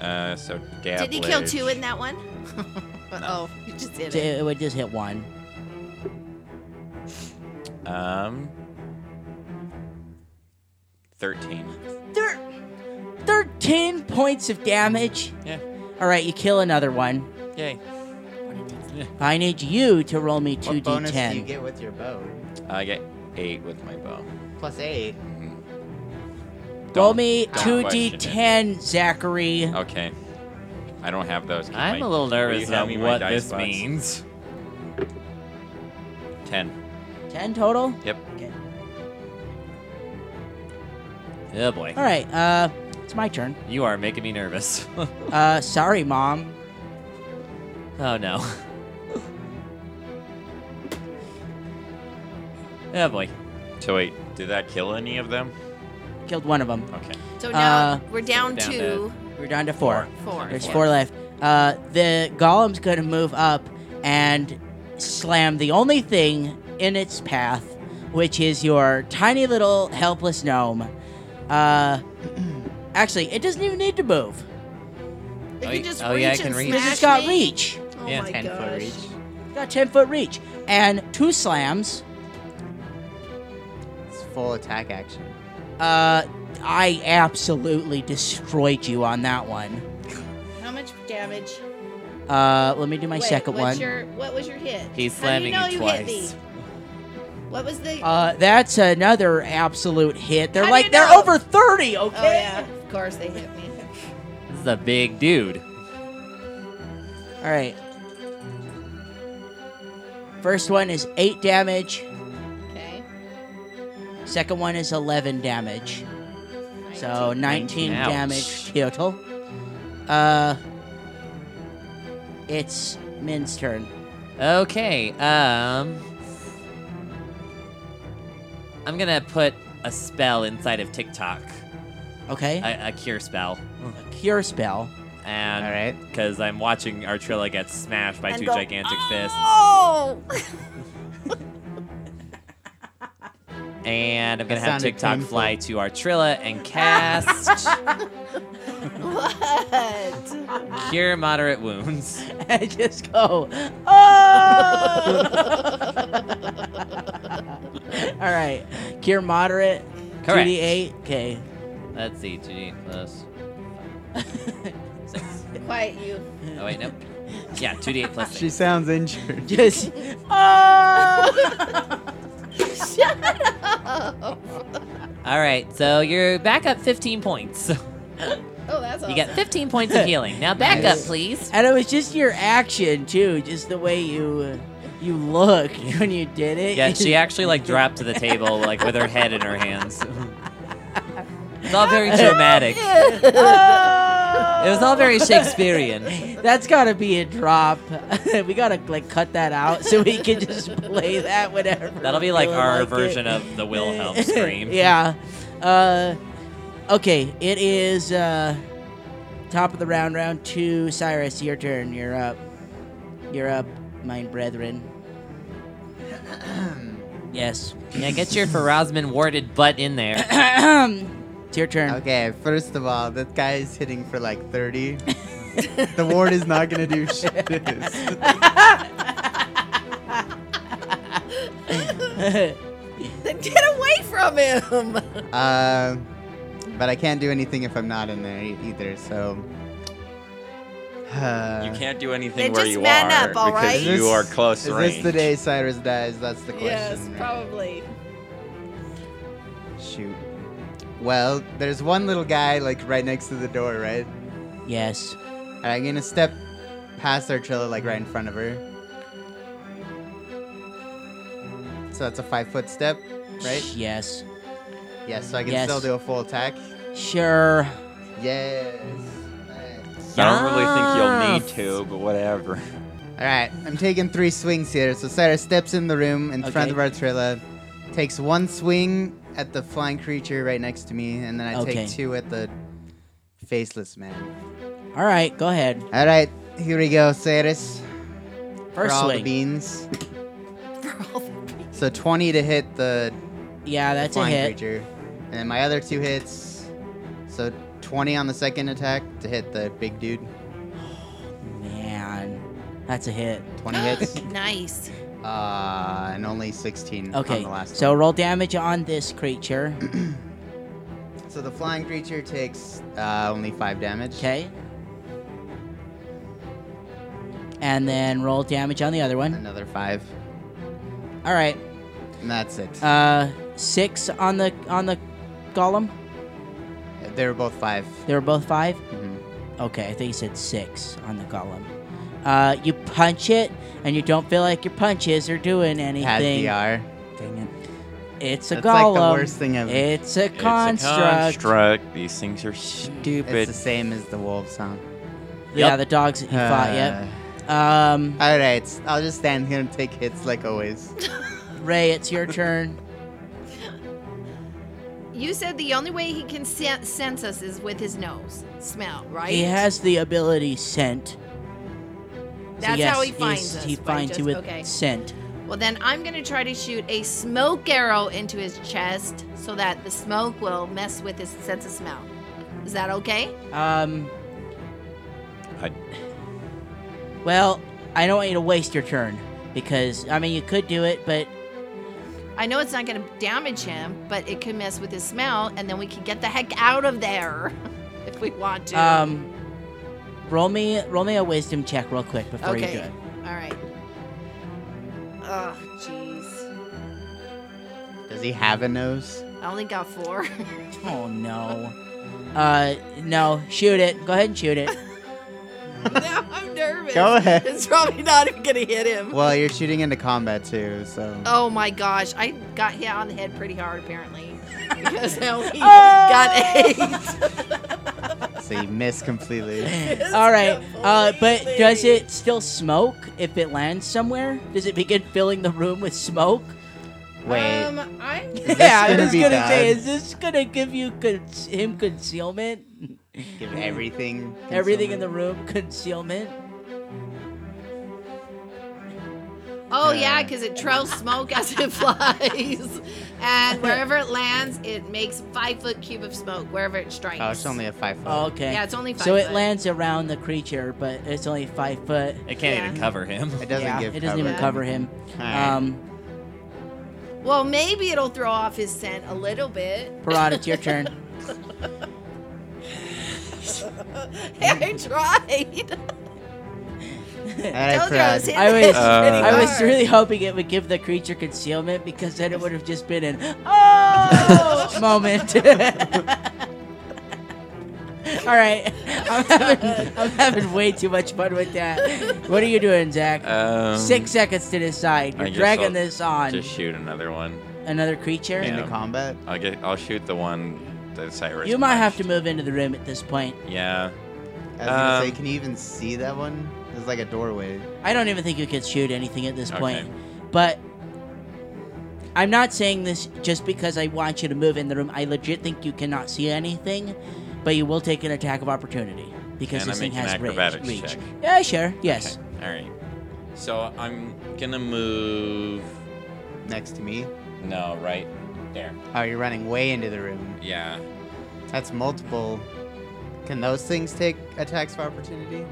E: Uh, so dab.
D: Did he kill
E: ledge.
D: two in that one? oh, you just did it.
A: it would just hit one.
E: Um, thirteen.
A: Thir- 13 points of damage.
E: Yeah.
A: All right, you kill another one.
E: Yay.
A: I need you to roll me 2d10.
C: What bonus do you get with your bow?
E: I get eight with my bow.
C: Plus eight.
E: Mhm.
A: roll
E: Don't-
A: me
E: don't question
A: 2d10, Zachary.
E: Okay. I don't have those. 'cause
F: I'm
E: my-
F: a little
E: Will you
F: nervous
E: hand
F: about
E: me my
F: what
E: dice
F: this
E: box?
F: means.
E: Ten.
A: 10 total?
E: Yep.
F: Oh boy,
A: All right, uh, it's my turn.
F: you are making me nervous.
A: Uh, sorry, Mom.
F: Oh no. oh boy.
E: So wait, did that kill any of them?
A: Killed one of them.
E: Okay.
D: So now
A: Uh,
D: we're down,
E: down
D: two,
A: We're down to four.
D: four.
A: There's four left. Uh, the golem's going to move up and slam the only thing in its path, which is your tiny little helpless gnome. Uh, actually, it doesn't even need to move
D: They
F: Oh,
D: can
F: y-
D: just
F: oh,
D: reach
F: yeah, I
D: and
F: can reach.
A: because
D: smash
A: it's got
D: me.
A: reach.
D: Oh
F: Yeah,
D: my
F: 10
D: gosh.
F: foot
A: It's got 10 foot reach and two slams.
C: It's full attack action.
A: Uh, I absolutely destroyed you on that one.
D: How much damage?
A: Uh, let me do my
D: Wait,
A: second
D: what's
A: one.
D: Your, what was your hit?
F: He's
D: How
F: slamming
D: do you know
F: you
D: you hit me?
F: twice.
D: What was the?
A: Uh, that's another absolute hit. They're
D: How do
A: like
D: you
A: they're
D: know?
A: over 30. Okay.
D: oh yeah, of course they hit me.
F: This is a big dude.
A: All right. First one is eight damage.
D: Okay.
A: Second one is 11 damage. So 19
E: 19. Ouch.
A: damage total. Uh, it's Min's turn.
F: Okay, um. I'm gonna put a spell inside of TikTok,
A: Okay.
F: a, a cure spell.
A: a cure spell.
F: And
C: All right.
F: Because I'm watching Artrilla get smashed by
D: And
F: two
D: go,
F: gigantic fists.
D: Oh!
F: And I'm
C: That
F: gonna have
C: sounded
F: TikTok
C: painful.
F: fly to Artrilla and cast
D: what?
F: Cure Moderate Wounds.
A: And just go, oh! All right. Cure moderate.
F: Correct.
A: 2d8. Okay.
F: Let's see, 2d8 plus.
D: Quiet you.
F: Oh, wait, nope. Yeah, 2d8 plus.
C: She sounds injured.
A: Just, oh!
D: Oh.
F: Alright, so you're back up 15 points.
D: Oh, that's awesome.
F: You got 15 points of healing. Now back
A: Nice.
F: up, please.
A: And it was just your action too, just the way you uh, you looked when you did it.
F: Yeah, she actually like dropped to the table like with her head in her hands. It's all very dramatic. It
D: Oh!
F: was all very Shakespearean.
A: That's gotta be a drop. we gotta like cut that out so we can just play that whenever.
F: That'll
A: we
F: be like
A: feel
F: our
A: like
F: version
A: it.
F: of the Wilhelm scream.
A: yeah. Uh, okay, it is uh, top of the round, round two. Cyrus, your turn. You're up. You're up, my brethren. yes.
F: Yeah, get your Farazman warded butt in there.
A: it's your turn.
C: Okay, first of all, that guy is hitting for like 30. the ward is not gonna do shit.
D: Then get away from him!
C: Uh, but I can't do anything if I'm not in there e- either. So. Uh,
E: You can't do
D: Then
E: anything where
D: just
E: you
D: man
E: are
D: up, all
E: because
D: right?
E: you are close
C: Is
E: range.
C: this the day Cyrus dies? That's the question.
D: yes,
C: right?
D: probably.
C: Shoot. Well, there's one little guy like right next to the door, right?
A: Yes.
C: And I'm gonna step past Artrilla like right in front of her. So that's a five foot step, right?
A: Yes.
C: Yes, so I can
A: Yes.
C: still do a full attack.
A: Sure.
C: Yes.
E: I don't really think you'll need to, but whatever.
C: Alright, I'm taking three swings here. So Cyrus steps in the room in front of Artrilla, takes one swing at the flying creature right next to me, and then I
A: Okay.
C: take two at the faceless man.
A: All right, go ahead.
C: All right, here we go, Ceres. for
A: First
C: all the
A: swing.
C: beans. So 20 to hit the
A: Yeah, that's a
C: flying
A: hit.
C: creature. And then my other two hits. So 20 on the second attack to hit the big dude.
A: Man, that's a hit.
C: 20 hits.
D: Nice.
C: Uh, and only 16 on
A: Okay,
C: the last
A: so roll damage on this creature.
C: one. So the flying creature takes uh, only 5 damage.
A: Okay. And then roll damage on the other one.
C: Another 5.
A: All right.
C: And that's it.
A: Uh, six on the on the golem.
C: they were both 5.
A: They were both five.
C: Mhm.
A: Okay, I think you said six on the golem. Uh, you punch it, and you don't feel like your punches are doing
C: It
A: anything.
C: has DR.
A: Dang it. It's a
C: That's
A: golem.
C: like the worst thing ever.
A: It's a
E: It's a
A: construct.
E: construct. These things are stupid.
C: It's the same as the wolves, huh?
A: Yeah, the dogs that you fought. Yep.
C: Uh.
A: Um,
C: All right, I'll just stand here and take hits like always.
A: Ray, it's your turn.
D: You said the only way he can sen- sense us is with his nose smell, right?
A: He has the ability scent. So
D: That's
A: yes,
D: how he
A: he's-
D: finds us.
A: He
D: by
A: finds you
D: just-
A: with
D: okay.
A: scent.
D: Well, then I'm gonna try to shoot a smoke arrow into his chest so that the smoke will mess with his sense of smell. Is that okay?
A: Um,
E: I-
A: well, I don't want you to waste your turn because I mean you could do it, but
D: I know it's not gonna damage him, but it could mess with his smell, and then we can get the heck out of there if we want to.
A: um, roll me roll me a wisdom check real quick before
D: Okay.
A: you do it.
D: All right. Oh, jeez.
C: Does he have a nose?
D: I only got four.
A: Oh no. Uh, no, shoot it. Go ahead and shoot it.
D: now I'm nervous.
C: Go ahead.
D: It's probably not even gonna hit him.
C: Well, you're shooting into combat too, so.
D: Oh my gosh, I got hit on the head pretty hard apparently. Because I only got eight.
C: So you miss completely.
A: All right, uh, but
D: Completely.
A: does it still smoke if it lands somewhere? Does it begin filling the room with smoke?
C: Wait.
D: Um, I'm
C: this
A: yeah, I
C: gonna
A: was
C: be
A: gonna
C: bad?
A: say, is this gonna give you con- him concealment?
C: Give everything.
A: Everything in the room concealment.
D: Oh
C: Yeah.
D: yeah, because it trails smoke as it flies, and wherever it lands, it makes five foot cube of smoke wherever it strikes.
C: Oh, it's only a five foot.
A: Okay.
D: yeah, it's only five.
A: so it
D: foot.
A: lands around the creature, but it's only five foot.
F: It can't
D: Yeah.
F: even cover him.
C: it doesn't
A: yeah,
C: give.
A: it doesn't
C: cover.
A: even cover him.
C: Alright.
A: Um,
D: Well, maybe it'll throw off his scent a little bit.
A: Parada, it's your turn.
D: I
C: Mm-hmm.
D: tried.
C: Alright,
D: Told you I
C: Parag.
D: was hitting
A: I was,
D: it pretty
A: I was
D: hard.
A: really hoping it would give the creature concealment because then it would have just been an oh moment. All right, I'm having, I'm having way too much fun with that. What are you doing, Zach?
E: Um,
A: Six seconds to decide.
E: I
A: You're
E: guess
A: dragging
E: I'll
A: this on
E: Just shoot another one.
A: another creature.
E: Yeah.
C: Into combat.
E: I'll get. I'll shoot the one that Cyrus.
A: You might have to
E: punched.
A: move into the room at this point.
E: Yeah.
C: I was gonna say,
E: Um,
C: can you even see that one? It's like a doorway.
A: I don't even think you could shoot anything at this point.
E: Okay.
A: But I'm not saying this just because I want you to move in the room. I legit think you cannot see anything, but you will take an attack of opportunity because
E: Can I
A: this thing
E: make an
A: has ra-
E: acrobatics
A: reach.
E: check?
A: Yeah, sure. Yes.
E: Okay. All right. So I'm gonna move.
C: Next to me.
E: No, right there.
C: Oh, you're running way into the room.
E: Yeah.
C: That's multiple. Can those things take attacks of opportunity?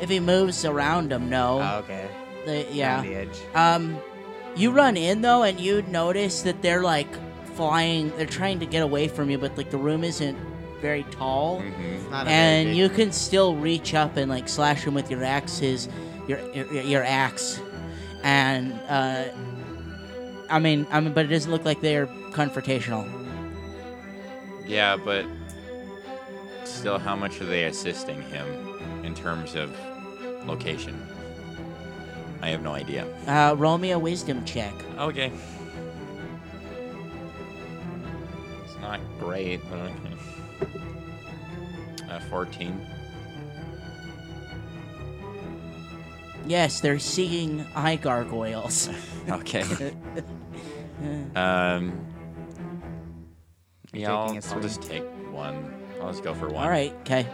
A: If he moves around him, no.
E: Uh,
C: Oh, okay.
A: The-
C: On
A: yeah.
C: the edge.
A: Um, you run in though, and you notice that they're like flying. They're trying to get away from you, but like the room isn't very tall.
E: Mm-hmm.
C: It's not a very
A: and
C: big-
A: you can still reach up and like slash him with your axes, your your, your axe, and uh, I mean, I mean, but it doesn't look like they're confrontational.
E: Yeah, but still, how much are they assisting him in terms of location? I have no idea.
A: Uh, roll me a wisdom check.
E: Okay. It's not great, but okay. Uh, 14.
A: Yes, they're seeing eye gargoyles.
E: Okay. um.
C: Taking
E: Yeah, I'll,
C: a
E: I'll just take one. I'll just go for one.
A: All right, okay.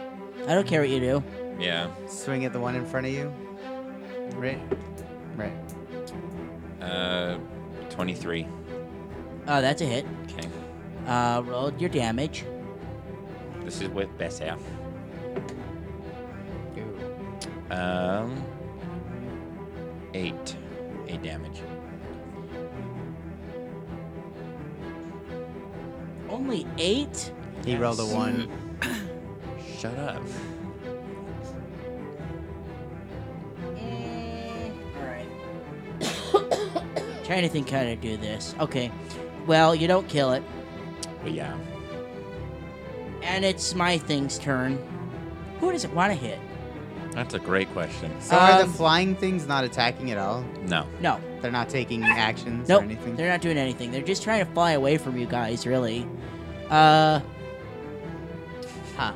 A: I don't care what you do.
E: Yeah.
C: Swing at the one in front of you. Right. Right.
E: Uh, 23.
A: Uh, that's a hit.
E: Okay.
A: Uh, roll your damage.
E: This is with best half.
C: Ooh.
E: Um, eight, eight damage.
A: Only eight.
C: He rolled a one.
E: Shut up.
A: Alright. Eh, Trying to think how to do this. Okay. Well, you don't kill it.
E: But yeah,
A: And it's my thing's turn. Who does it want to hit?
E: that's a great question.
C: So are the
A: Um,
C: flying things not attacking at all?
E: No.
A: No.
C: They're not taking actions
A: Nope.
C: or anything?
A: They're not doing anything. They're just trying to fly away from you guys, really. Uh
C: Huh.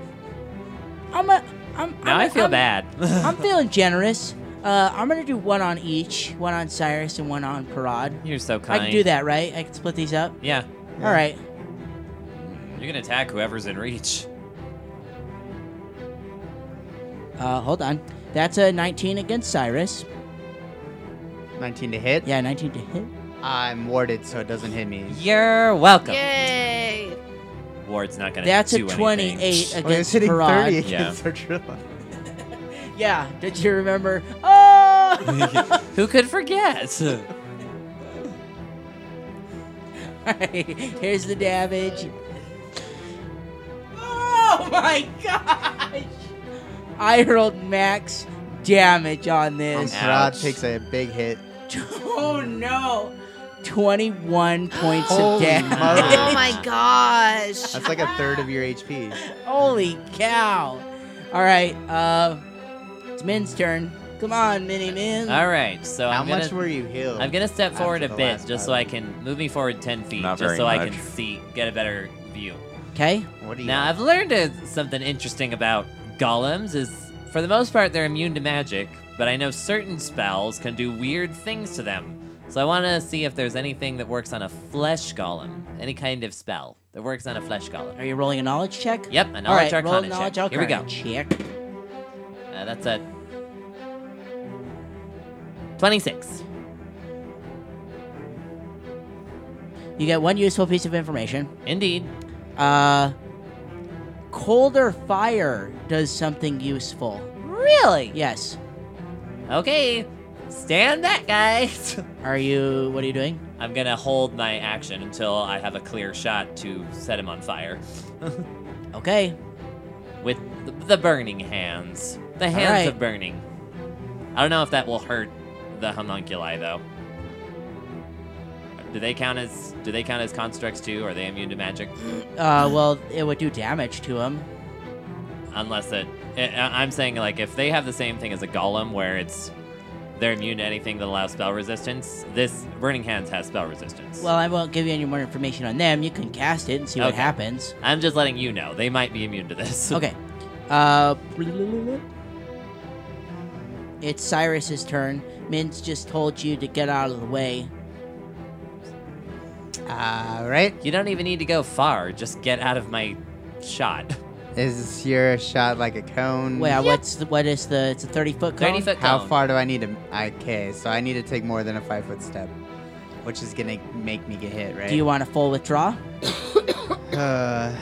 A: I'm a I'm
F: Now
A: I'm,
F: I feel
A: I'm-
F: bad.
A: I'm feeling generous. Uh, I'm gonna do one on each, one on Cyrus and one on Parad.
F: You're so
A: I
F: kind.
A: can do that, right? I can split these up.
F: Yeah.
A: All right.
F: You can attack whoever's in reach.
A: Uh, hold on. That's a 19 against Cyrus.
C: 19 to hit?
A: Yeah, 19 to hit.
C: I'm warded, so it doesn't hit me.
F: You're welcome.
D: Yay!
F: Ward's not gonna
A: That's a
F: do
A: 28
F: anything.
C: Oh, it's
A: against
C: hitting 30
A: Parad.
E: against
C: against
A: Yeah, did you remember? Oh!
F: Who could forget?
A: Alright, here's the damage. Oh my gosh! I rolled max
C: Um,
A: damage on this.
F: Ouch.
C: takes a big hit.
A: Oh no! 21 points of
C: Holy
A: damage.
C: moly.
D: Oh my gosh.
C: That's like a third of your HP.
A: Holy cow. All right, uh, it's Min's turn. Come on, Mini Min.
B: All right, so
C: How
B: I'm
C: much
B: gonna,
C: were you healed?
B: I'm gonna step
C: after
B: forward a
C: the
B: bit
C: last
B: just so
C: battle?
B: I can move me forward ten feet,
E: Not
B: just
E: very
B: so I can
E: much.
B: see get a better view.
A: Okay.
C: What do you?
B: Now I've learned uh, something interesting about golems is for the most part they're immune to magic, but I know certain spells can do weird things to them. So I want to see if there's anything that works on a flesh golem, any kind of spell that works on a flesh golem.
A: Are you rolling a knowledge check?
B: Yep, a
A: All right,
B: knowledge
A: roll a
B: arcana
A: knowledge
B: check. Here we go.
A: arcana Check.
B: Uh, that's a 26.
A: You get one useful piece of information.
B: Indeed.
A: Uh, colder fire does something useful.
B: Really?
A: Yes.
B: Okay. Stand back, guys.
A: Are you? What are you doing?
B: I'm gonna hold my action until I have a clear shot to set him on fire.
A: Okay.
B: with the, the burning hands. The hands
A: right.
B: of burning. I don't know if that will hurt the homunculi though. Do they count as do they count as constructs too? Are they immune to magic?
A: Uh, well, it would do damage to him.
B: Unless it, I- I- I'm saying like if they have the same thing as a golem where it's they're immune to anything that allows spell resistance. This burning hands has spell resistance.
A: Well, I won't give you any more information on them. You can cast it and see what
B: Okay.
A: happens.
B: I'm just letting you know they might be immune to this.
A: Okay. Uh, it's Cyrus's turn. Min's just told you to get out of the way.
C: All right.
B: You don't even need to go far. Just get out of my shot.
C: Is your shot like a cone?
A: Well, what's the, what is the? It's a thirty foot cone.
B: Mm. Thirty foot
C: How
B: cone.
C: far do I need to? Okay, so I need to take more than a five foot step, which is gonna make me get hit, right?
A: Do you want a full withdraw?
C: Uh,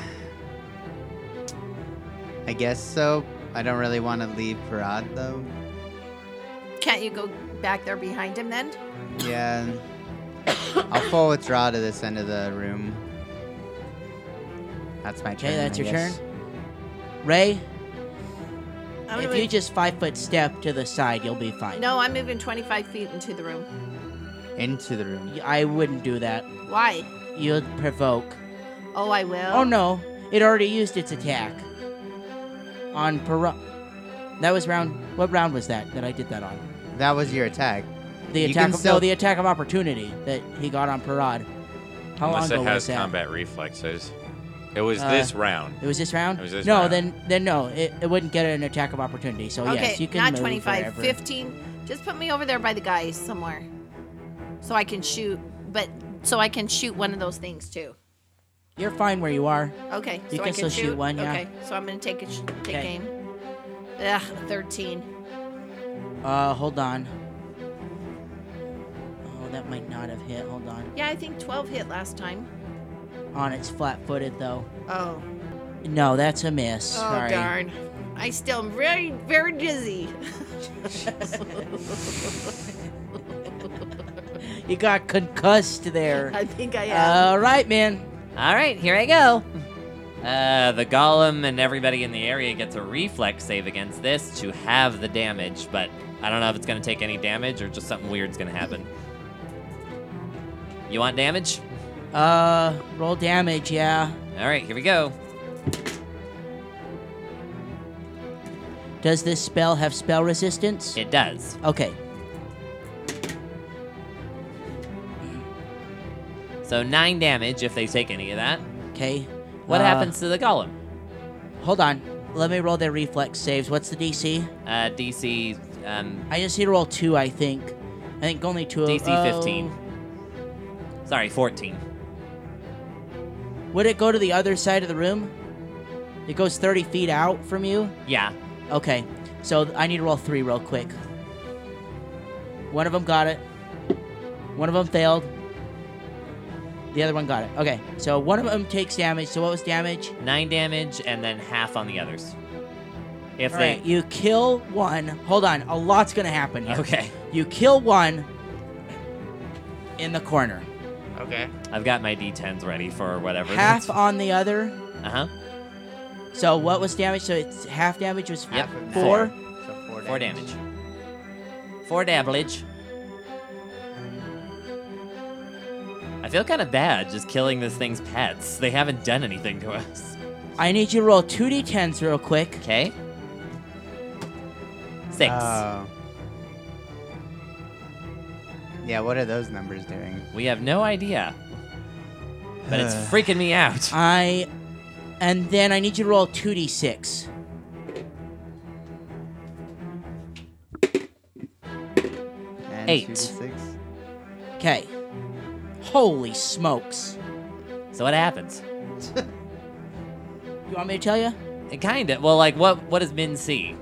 C: I guess so. I don't really want to leave Parad though.
D: Can't you go back there behind him then?
C: Yeah. I'll full withdraw to this end of the room. That's my turn.
A: Okay, that's
C: I
A: your
C: guess.
A: turn. Ray,
D: I'm
A: if
D: gonna
A: you just five foot step to the side, you'll be fine.
D: No, I'm moving 25 feet into the room.
C: Into the room.
A: Y- I wouldn't do that.
D: Why?
A: You'll provoke.
D: Oh, I will.
A: Oh no, it already used its attack on Para. That was round. What round was that that I did that on?
C: That was your attack.
A: The
C: You
A: attack.
C: can
A: Of,
C: still-
A: No, the attack of opportunity that he got on Parad. How long
E: Unless it
A: ago was
E: has
A: that?
E: combat reflexes. It was
A: Uh,
E: this round.
A: It was this round.
E: It was this
A: no,
E: round.
A: then then no, it, it wouldn't get an attack of opportunity. So
D: Okay,
A: yes, you can
D: not
A: move
D: 25,
A: wherever.
D: 15. Just put me over there by the guys somewhere, so I can shoot. But so I can shoot one of those things too.
A: You're fine where you are.
D: Okay, so
A: You
D: I
A: can
D: can
A: still shoot one, yeah.
D: Okay, so I'm gonna take a sh- take
A: Okay.
D: aim. Ugh, 13.
A: Uh, hold on. Oh, that might not have hit. Hold on.
D: Yeah, I think 12 hit last time.
A: On its flat footed though.
D: Oh,
A: No, that's a miss.
D: oh
A: Sorry.
D: darn. I still am very very dizzy.
A: You got concussed there.
D: I think I am.
A: All right, man.
B: All right, here I go. Uh, the golem and everybody in the area gets a reflex save against this to have the damage, but I don't know if it's going to take any damage or just something weird's going to happen. You want damage?
A: Uh, roll damage. Yeah.
B: All right, here we go.
A: Does this spell have spell resistance?
B: It does.
A: okay.
B: So nine damage if they take any of that.
A: Okay.
B: What
A: Uh,
B: happens to the golem?
A: Hold on. Let me roll their reflex saves. What's the DC?
B: Uh, DC, um,
A: I just need to roll two, I think. I think only two. of-
B: DC
A: oh.
B: 15. Sorry, 14.
A: Would it go to the other side of the room? It goes 30 feet out from you?
B: Yeah.
A: Okay. So th- I need to roll three real quick. One of them got it. One of them failed. The other one got it. Okay. So one of them takes damage. So what was damage?
B: Nine damage and then half on the others. If
A: All
B: they.
A: right. You kill one. Hold on. A lot's going to happen here.
B: Okay.
A: You kill one in the corner,
C: Okay.
B: I've got my d10s ready for whatever.
A: half on the other.
B: Uh huh.
A: So what was damage? So it's half damage was
B: Yep.
C: Half of
A: four.
C: nine. So four damage.
B: Four damage. Four damage. feel kind of bad just killing this thing's pets. They haven't done anything to us.
A: I need you to roll two d10s real quick.
B: Okay. Six.
A: Uh,
C: Oh. Yeah, what are those numbers doing?
B: we have no idea, but it's freaking me out.
A: I, and then I need you to roll two d6.
C: And
B: Eight.
C: two to six?
A: Okay. Holy smokes!
B: So what happens?
A: You want me to tell you?
B: It kinda. Well, like what? What does Min see?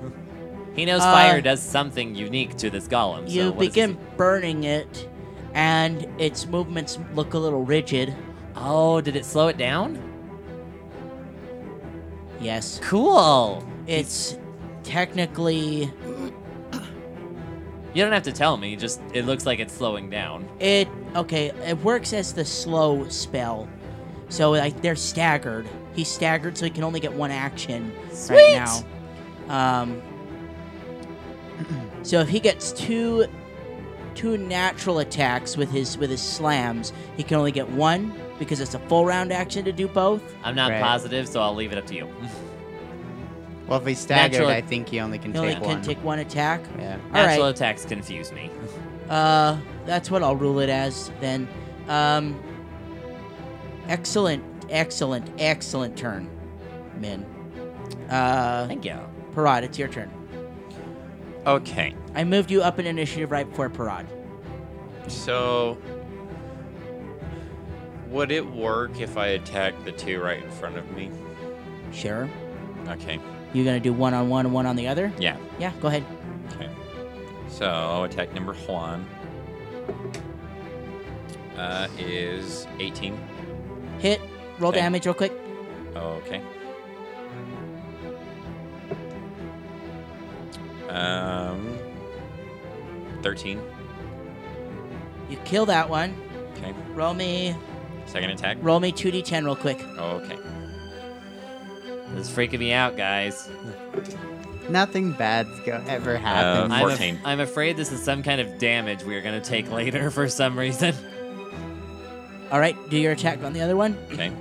B: He knows
A: Uh,
B: fire does something unique to this golem. so
A: you
B: what does he
A: begin burning it, and its movements look a little rigid.
B: see? Oh, did it slow it down?
A: Yes.
B: Cool.
A: It's technically
B: You don't have to tell me. Just it looks like it's slowing down.
A: it okay, it works as the slow spell. So like they're staggered. He's staggered so he can only get one action right now. Um So if he gets two two natural attacks with his with his slams, he can only get one because it's a full round action to do both.
B: I'm not
C: Right.
B: positive, so I'll leave it up to you.
C: Well, if he's staggered,
B: Natural-
C: I think he only can
A: He only
C: take
A: can
C: one.
A: take one attack.
C: yeah.
A: All right.
B: Natural attacks confuse me.
A: Uh, that's what I'll rule it as then. Um, excellent, excellent, excellent turn, Min. Uh,
B: Thank you.
A: Parad, it's your turn.
E: Okay.
A: I moved you up in initiative right before Parad.
E: So, would it work if I attacked the two right in front of me?
A: Sure.
E: Okay.
A: You gonna do one on one and one on the other?
E: Yeah.
A: Yeah, go ahead.
E: Okay. So, attack number one uh, is 18.
A: Hit, roll
E: Okay.
A: damage real quick.
E: okay. Um, 13.
A: You kill that one.
E: Okay.
A: Roll me,
E: Second attack.
A: roll me 2d10 real quick.
E: Okay.
B: This is freaking me out, guys.
C: Nothing bad's go- ever happens.
E: Uh,
B: I'm, af-
E: 14.
B: I'm afraid this is some kind of damage we are gonna take later for some reason.
A: All right, do your attack on the other one.
E: Okay.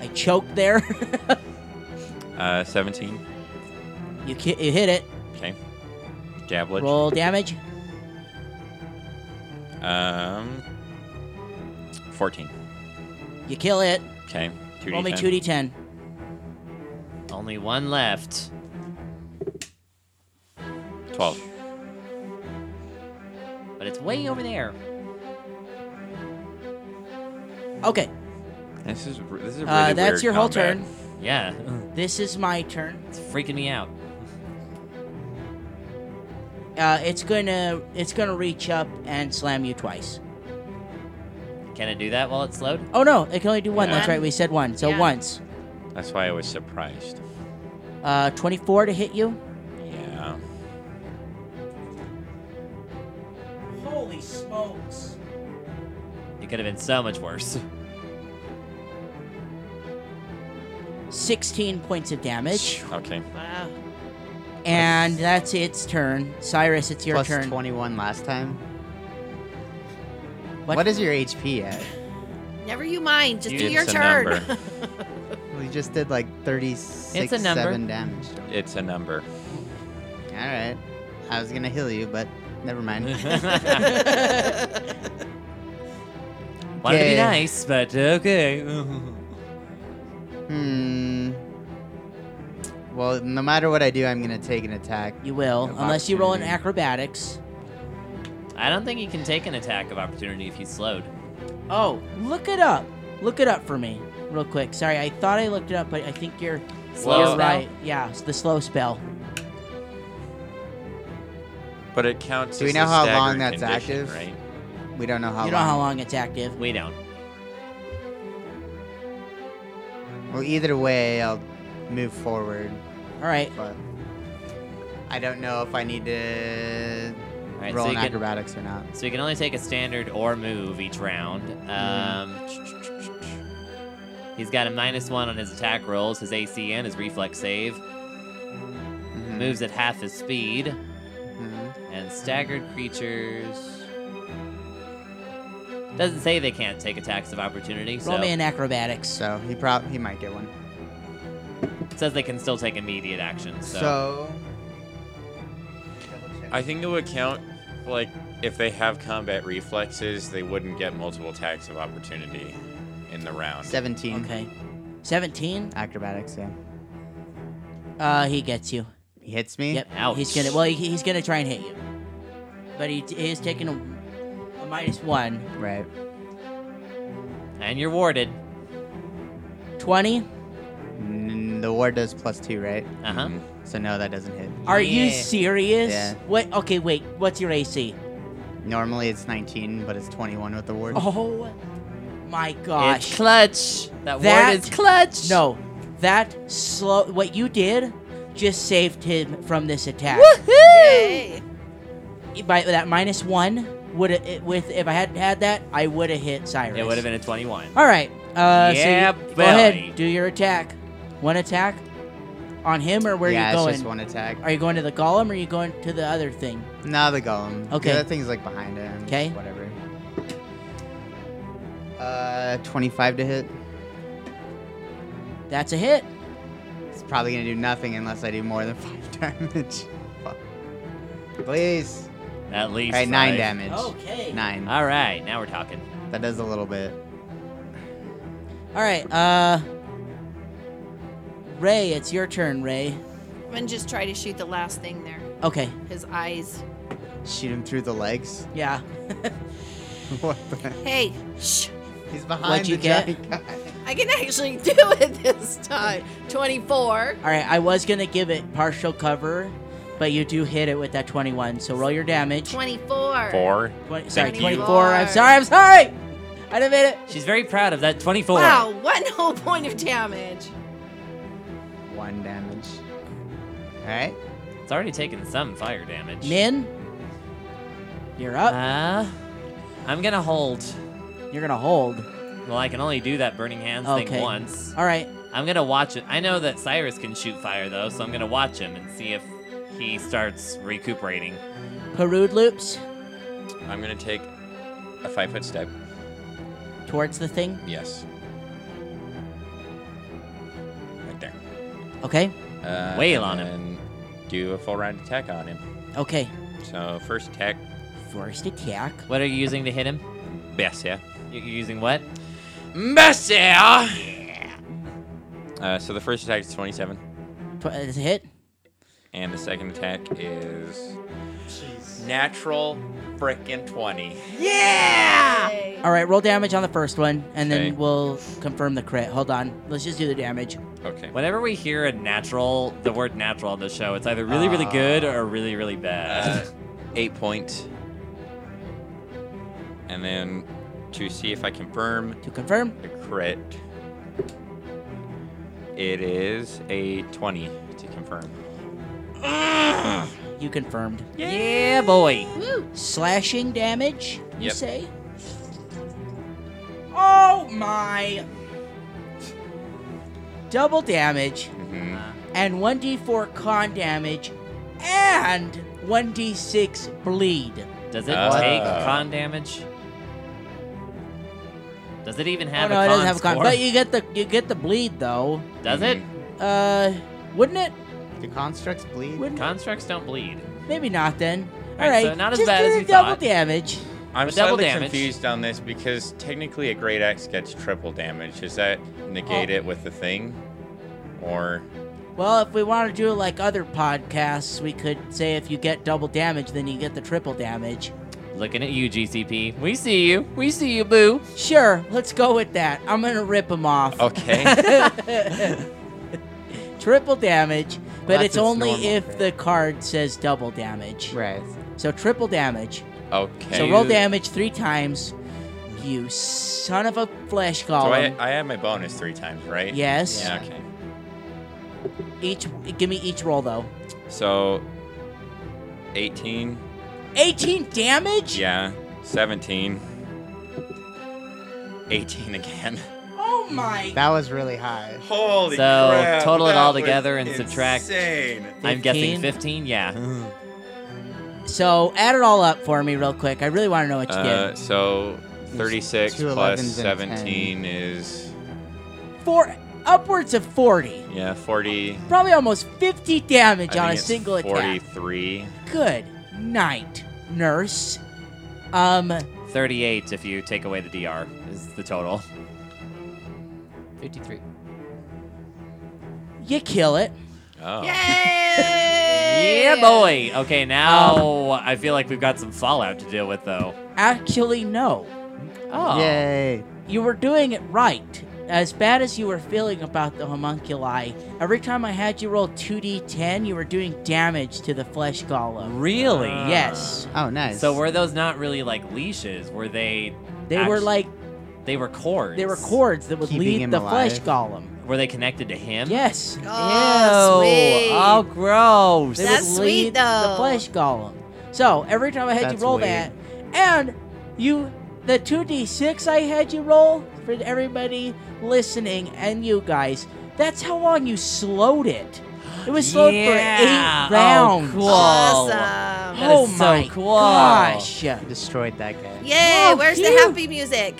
A: I choked there.
E: Uh, 17.
A: you ki- you hit it.
E: Okay. Javelin.
A: Roll damage.
E: Um, 14.
A: You kill it.
E: Okay. 2D10.
A: Roll me 2d10.
B: Only one left.
E: 12.
B: But it's way over there.
A: Okay,
E: This is r- this is a really
A: uh,
E: weird
A: that's your whole
E: combat.
A: turn.
B: Yeah.
A: This is my turn.
B: It's freaking me out.
A: Uh, it's gonna it's gonna reach up and slam you twice.
B: Can it do that while it's slowed?
A: Oh no, it can only do one. That's
D: Yeah.
A: right, we said one. So
D: Yeah.
A: once.
E: That's why I was surprised.
A: Uh, 24 to hit you.
E: Yeah.
A: Holy smokes!
B: It could have been so much worse.
A: 16 points of damage,
E: Okay.
D: Wow.
A: and that's its turn. Cyrus, it's your
C: Plus
A: turn.
C: 21 last time.
A: What?
C: what is your HP at?
D: Never you mind. Just
B: You-
D: do your
E: it's a
D: turn.
E: number.
C: We just did like 36,
B: It's a number.
C: 7 damage.
E: It's a number.
C: All right. I was going to heal you, but never mind.
B: Wanted to be
C: Okay.
B: nice, but okay.
C: hmm. Well, no matter what I do, I'm going to take an attack.
A: You will,
C: Of
A: unless you roll an
C: opportunity.
A: acrobatics.
B: I don't think he can take an attack of opportunity if he's slowed.
A: Oh, look it up. Look it up for me, real quick. Sorry, I thought I looked it up, but I think you're
B: Slow
A: you're
B: spell?
A: right. Yeah, it's the slow spell.
E: But it counts.
C: Do we
E: as
C: know
E: a
C: how long
E: staggered
C: that's active?
E: condition, Right.
C: We don't know how
A: you know how long
C: long.
A: it's active.
B: We don't.
C: Well, either way, I'll move forward,
A: All right.
C: but I don't know if I need to
B: All right,
C: roll
B: so
C: an
B: you can,
C: acrobatics or not.
B: So you can only take a standard or move each round. Um, He's got a minus one on his attack rolls, his AC, and his reflex save.
C: Mhm,
B: Moves at half his speed,
C: mhm.
B: and staggered creatures. Doesn't say they can't take attacks of opportunity, so
A: Roll me an acrobatics.
C: So he prob he might get one.
B: it says they can still take immediate action. So,
C: So,
E: I think it would count, like, if they have combat reflexes, they wouldn't get multiple attacks of opportunity in the round.
C: seventeen
A: okay. 17?
C: acrobatics. Yeah,
A: Uh, he gets you.
C: he hits me.
A: Yep.
B: Ouch.
A: He's gonna. Well, he, he's gonna try and hit you, but he, he is taking a, a minus one.
C: Right.
B: and you're warded.
A: 20?
C: N- the ward does plus two, right?
B: Uh huh.
C: So no, that doesn't hit.
A: Are you
B: Yeah.
A: serious?
C: Yeah.
A: What? Okay, wait. What's your AC?
C: Normally it's nineteen, but it's twenty-one with the ward.
A: Oh my gosh.
B: It's clutch. That,
A: That-
B: ward is clutch.
A: no, that slow. What you did just saved him from this attack.
D: Yay.
A: By that minus one would it, with if I hadn't had that, I would have hit Cyrus.
B: It would have been a 21.
A: All right. Uh, so
B: Yeah,
A: you- go ahead.
B: Billy.
A: Do your attack. One attack on him, or where
C: yeah,
A: are you
C: it's
A: going?
C: just one attack.
A: Are you going to the golem or are you going to the other thing?
C: Nah, the golem.
A: Okay.
C: The other thing's like behind him.
A: Okay.
C: Whatever. Uh, 25 to hit.
A: That's a hit.
C: It's probably gonna do nothing unless I do more than five damage. Fuck. Please.
B: At least.
C: All right, nine
B: five.
C: damage.
A: Okay.
C: Nine.
B: All right, now we're talking.
C: That does a little bit.
A: All right. Uh, Ray, it's your turn, Ray.
D: I'm gonna just try to shoot the last thing there.
A: Okay.
D: His eyes.
C: Shoot him through the legs.
A: Yeah.
C: what the?
D: Hey, shh.
C: He's behind
A: What'd you
C: the
A: get?
C: giant guy.
D: I can actually do it this time. 24.
A: All right. I was gonna give it partial cover, but you do hit it with that 21. So roll your damage.
D: 24.
E: Four.
A: Twen- sorry,
E: Thank you.
A: 24. I'm sorry. I'm sorry. I didn't mean it.
B: She's very proud of that 24.
D: Wow, one whole point of damage.
C: One damage. All right.
B: It's already taken some fire damage.
A: Min, you're up.
B: Uh, I'm gonna hold.
C: Uh,
A: you're gonna hold.
B: Well, I can only do that burning hands
A: Okay.
B: thing once.
A: All right.
B: I'm gonna watch it. I know that Cyrus can shoot fire though, so I'm gonna watch him and see if he starts recuperating.
A: Perude loops
E: I'm going to take a five foot step.
A: towards the thing.
E: Yes. Right there.
A: Okay.
E: Uh,
B: Wail on
E: and then Do a full round attack on him.
A: Okay.
E: So first attack,
A: First attack.
B: What are you using to hit him?
E: Bessia.
B: You're using what?
E: Bessia! Uh, so the first attack is 27,
A: Tw- uh, is a hit.
E: and the second attack is natural frickin' 20.
D: Yay.
A: All right, roll damage on the first one, and
E: Okay.
A: then we'll confirm the crit. Hold on, let's just do the damage.
E: Okay.
B: Whenever we hear a natural, the word natural on the show, it's either really, really good or really, really bad.
E: Uh, eight point. And then to see if I confirm
A: To confirm,
E: the crit, it is a 20 to confirm.
A: you confirmed.
B: yeah, boy.
A: Slashing damage, you
E: Yep.
A: say? Oh my! Double damage
E: Mm-hmm.
A: and 1d4 con damage and 1d6 bleed.
B: Does it
E: Uh.
B: take con damage? Does it even have
A: oh no,
B: a
A: it
B: con?
A: doesn't have a con,
B: score?
A: but you get the you get the bleed though.
B: Does it?
E: Mm-hmm.
A: Uh, wouldn't it?
C: Do constructs bleed?
A: Wouldn't it?
B: Constructs don't bleed.
A: Maybe not then. All
B: Alright,
A: right,
B: so not as
A: just
B: bad
A: do
B: as
A: the
B: you
A: double
B: thought.
A: damage.
E: I'm
B: But double
E: slightly
B: damage.
E: confused on this because technically a great axe gets triple damage. Does that
B: Oh.
E: negate it with the thing? Or
A: Well, if we want to do like other podcasts, we could say if you get double damage, then you get the triple damage.
B: Looking at you, GCP. We see you. We see you, boo.
A: Sure, let's go with that. I'm gonna rip him off.
B: Oh.
E: okay.
A: Triple damage, but
C: that's
A: it's
C: its
A: only
C: normal
A: if
C: crit.
A: the card says double damage.
C: Right.
A: So triple damage.
E: okay.
A: So roll damage three times. You son of a flesh
E: So
A: golem.
E: I, I have my bonus three times, right?
A: yes.
E: Yeah, okay.
A: Each give me each roll though.
E: So 18,
A: 18 damage?
E: yeah, 17, 18 again.
A: Oh my
C: That was really high.
E: Holy
B: So,
E: crap,
B: total it
E: that
B: all
E: was
B: together and subtract-
E: Insane.
B: I'm
A: 15?
B: guessing 15. Yeah.
A: So add it all up for me real quick. I really want to know what you
E: Uh, so 36
C: Two
E: plus
C: 11s and a 10.
E: 17 is
A: Four upwards of forty,
E: yeah 40.
A: probably almost fifty
E: I
A: damage
E: think
A: on a
E: it's
A: single attack.
E: 43.
A: Good night, nurse. Um,
F: 38 if you take away the DR is the total.
B: 53.
A: you kill it.
E: Oh.
D: Yay!
F: Ah. Yeah, boy. Okay, now I feel like we've got some fallout to deal with, though.
A: Actually, no.
F: Oh,
C: Yay.
A: You were doing it right. As bad as you were feeling about the homunculi, every time I had you roll 2d10, you were doing damage to the flesh golem.
F: really?
A: Yes.
C: Oh, nice.
F: So were those not really like leashes? Were they?
A: They
F: Actu-
A: were like,
F: They were cords.
A: they were cords that would
C: Keeping
A: lead
C: him
A: the flesh
C: alive.
A: golem.
F: Were they connected to him?
A: Yes.
D: Oh, sweet.
F: Oh, gross.
A: They
D: That's
A: would
D: sweet,
A: lead
D: though.
A: The flesh golem. So every time I had
C: That's
A: you roll
C: weird.
A: that, and you, the 2d6 I had you roll for everybody listening and you guys, that's how long you slowed it. It was slowed
F: Yeah.
A: for eight rounds.
F: Oh, cool.
D: Awesome.
F: That
A: oh
F: is so
A: my
F: cool.
A: gosh.
C: destroyed that guy.
D: Yay!
A: Oh,
D: Where's
A: cute.
D: the happy music?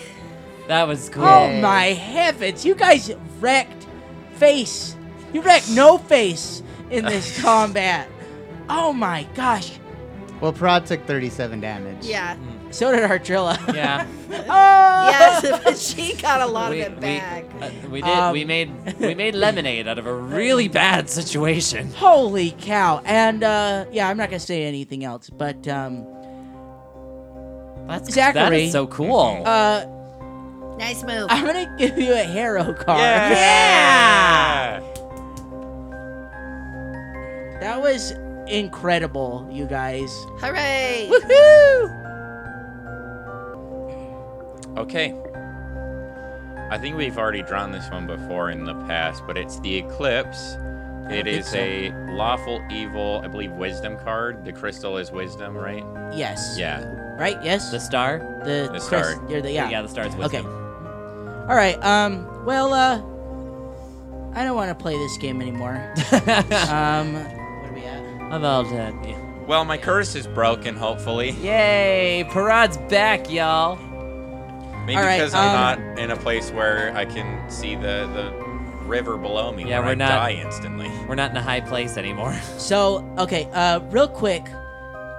F: That was cool.
A: Oh
C: Yay.
A: my heavens. You guys wrecked face. You wrecked no face in this combat. Oh my gosh.
C: Well, Prod took 37 damage.
D: Yeah.
A: So did Artrilla.
F: Yeah.
A: oh!
D: Yes, but she got a lot
F: we,
D: of it
F: we-
D: back.
F: uh, we did.
A: Um,
F: we made we made lemonade out of a really bad situation.
A: Holy cow. And uh yeah, I'm not gonna say anything else, but um
F: That's
A: Zachary.
F: That is so cool.
A: uh
D: nice move.
F: Ah.
A: I'm gonna give you a hero card.
E: Yeah.
A: That was incredible, you guys.
D: Hooray!
A: Woohoo!
E: Okay. I think we've already drawn this one before in the past, but it's the Eclipse. It is a lawful evil, I believe, wisdom card. The crystal is wisdom, right?
A: Yes.
E: Yeah.
A: Right? Yes?
F: the star.
A: the
E: The
A: crest-
E: star.
A: or the- yeah.
F: yeah the star's with
A: Okay. All right. Um. Well. Uh. I don't want to play this game anymore. um. Where are we at?
F: I'm all done. Yeah.
E: Well, my curse is broken, hopefully.
F: Yay! Parad's back, y'all.
E: Maybe
A: All right,
E: because I'm
A: um,
E: not in a place where I can see the, the river below me.
F: Yeah,
E: where
F: we're
E: I
F: not-
E: die instantly.
F: We're not in a high place anymore.
A: So okay. Uh. Real quick.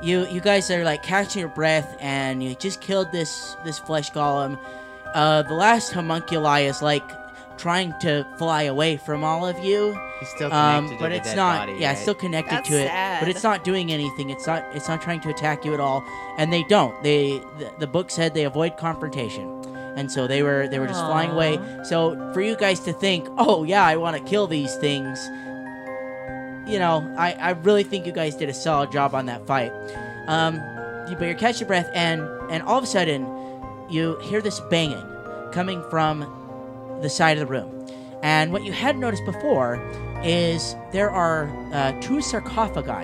A: You you guys are like catching your breath, and you just killed this this flesh golem. Uh. The last homunculi is like trying to fly away from all of you.
C: He's still connected
A: Um.
C: to
A: But
C: the
A: it's
C: dead
A: not.
C: body,
A: yeah.
C: right?
A: It's still connected
D: That's
A: to it.
D: sad.
A: But it's not doing anything. It's not. It's not trying to attack you at all. And they don't. They the, the book said they avoid confrontation. and so they were they were just flying away. So for you guys to think, oh yeah, I want to kill these things, you know, I, I really think you guys did a solid job on that fight. Um, you, but you catch your breath, and and all of a sudden, you hear this banging coming from the side of the room, and what you hadn't noticed before is there are uh, two sarcophagi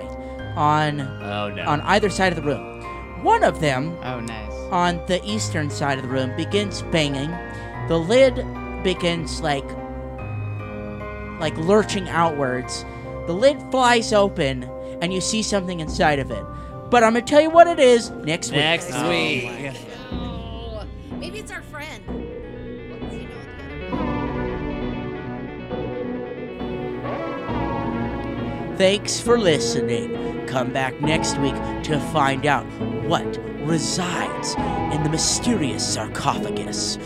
A: on
F: Oh no.
A: on either side of the room. One of them
C: Oh, nice.
A: on the eastern side of the room begins banging. The lid begins like like lurching outwards. The lid flies open and you see something inside of it. But I'm gonna tell you what it is next week.
F: Next
D: Oh
F: week.
D: Oh, maybe it's our friend. Let's, you know,
A: Thanks for listening. Come back next week to find out what resides in the mysterious sarcophagus.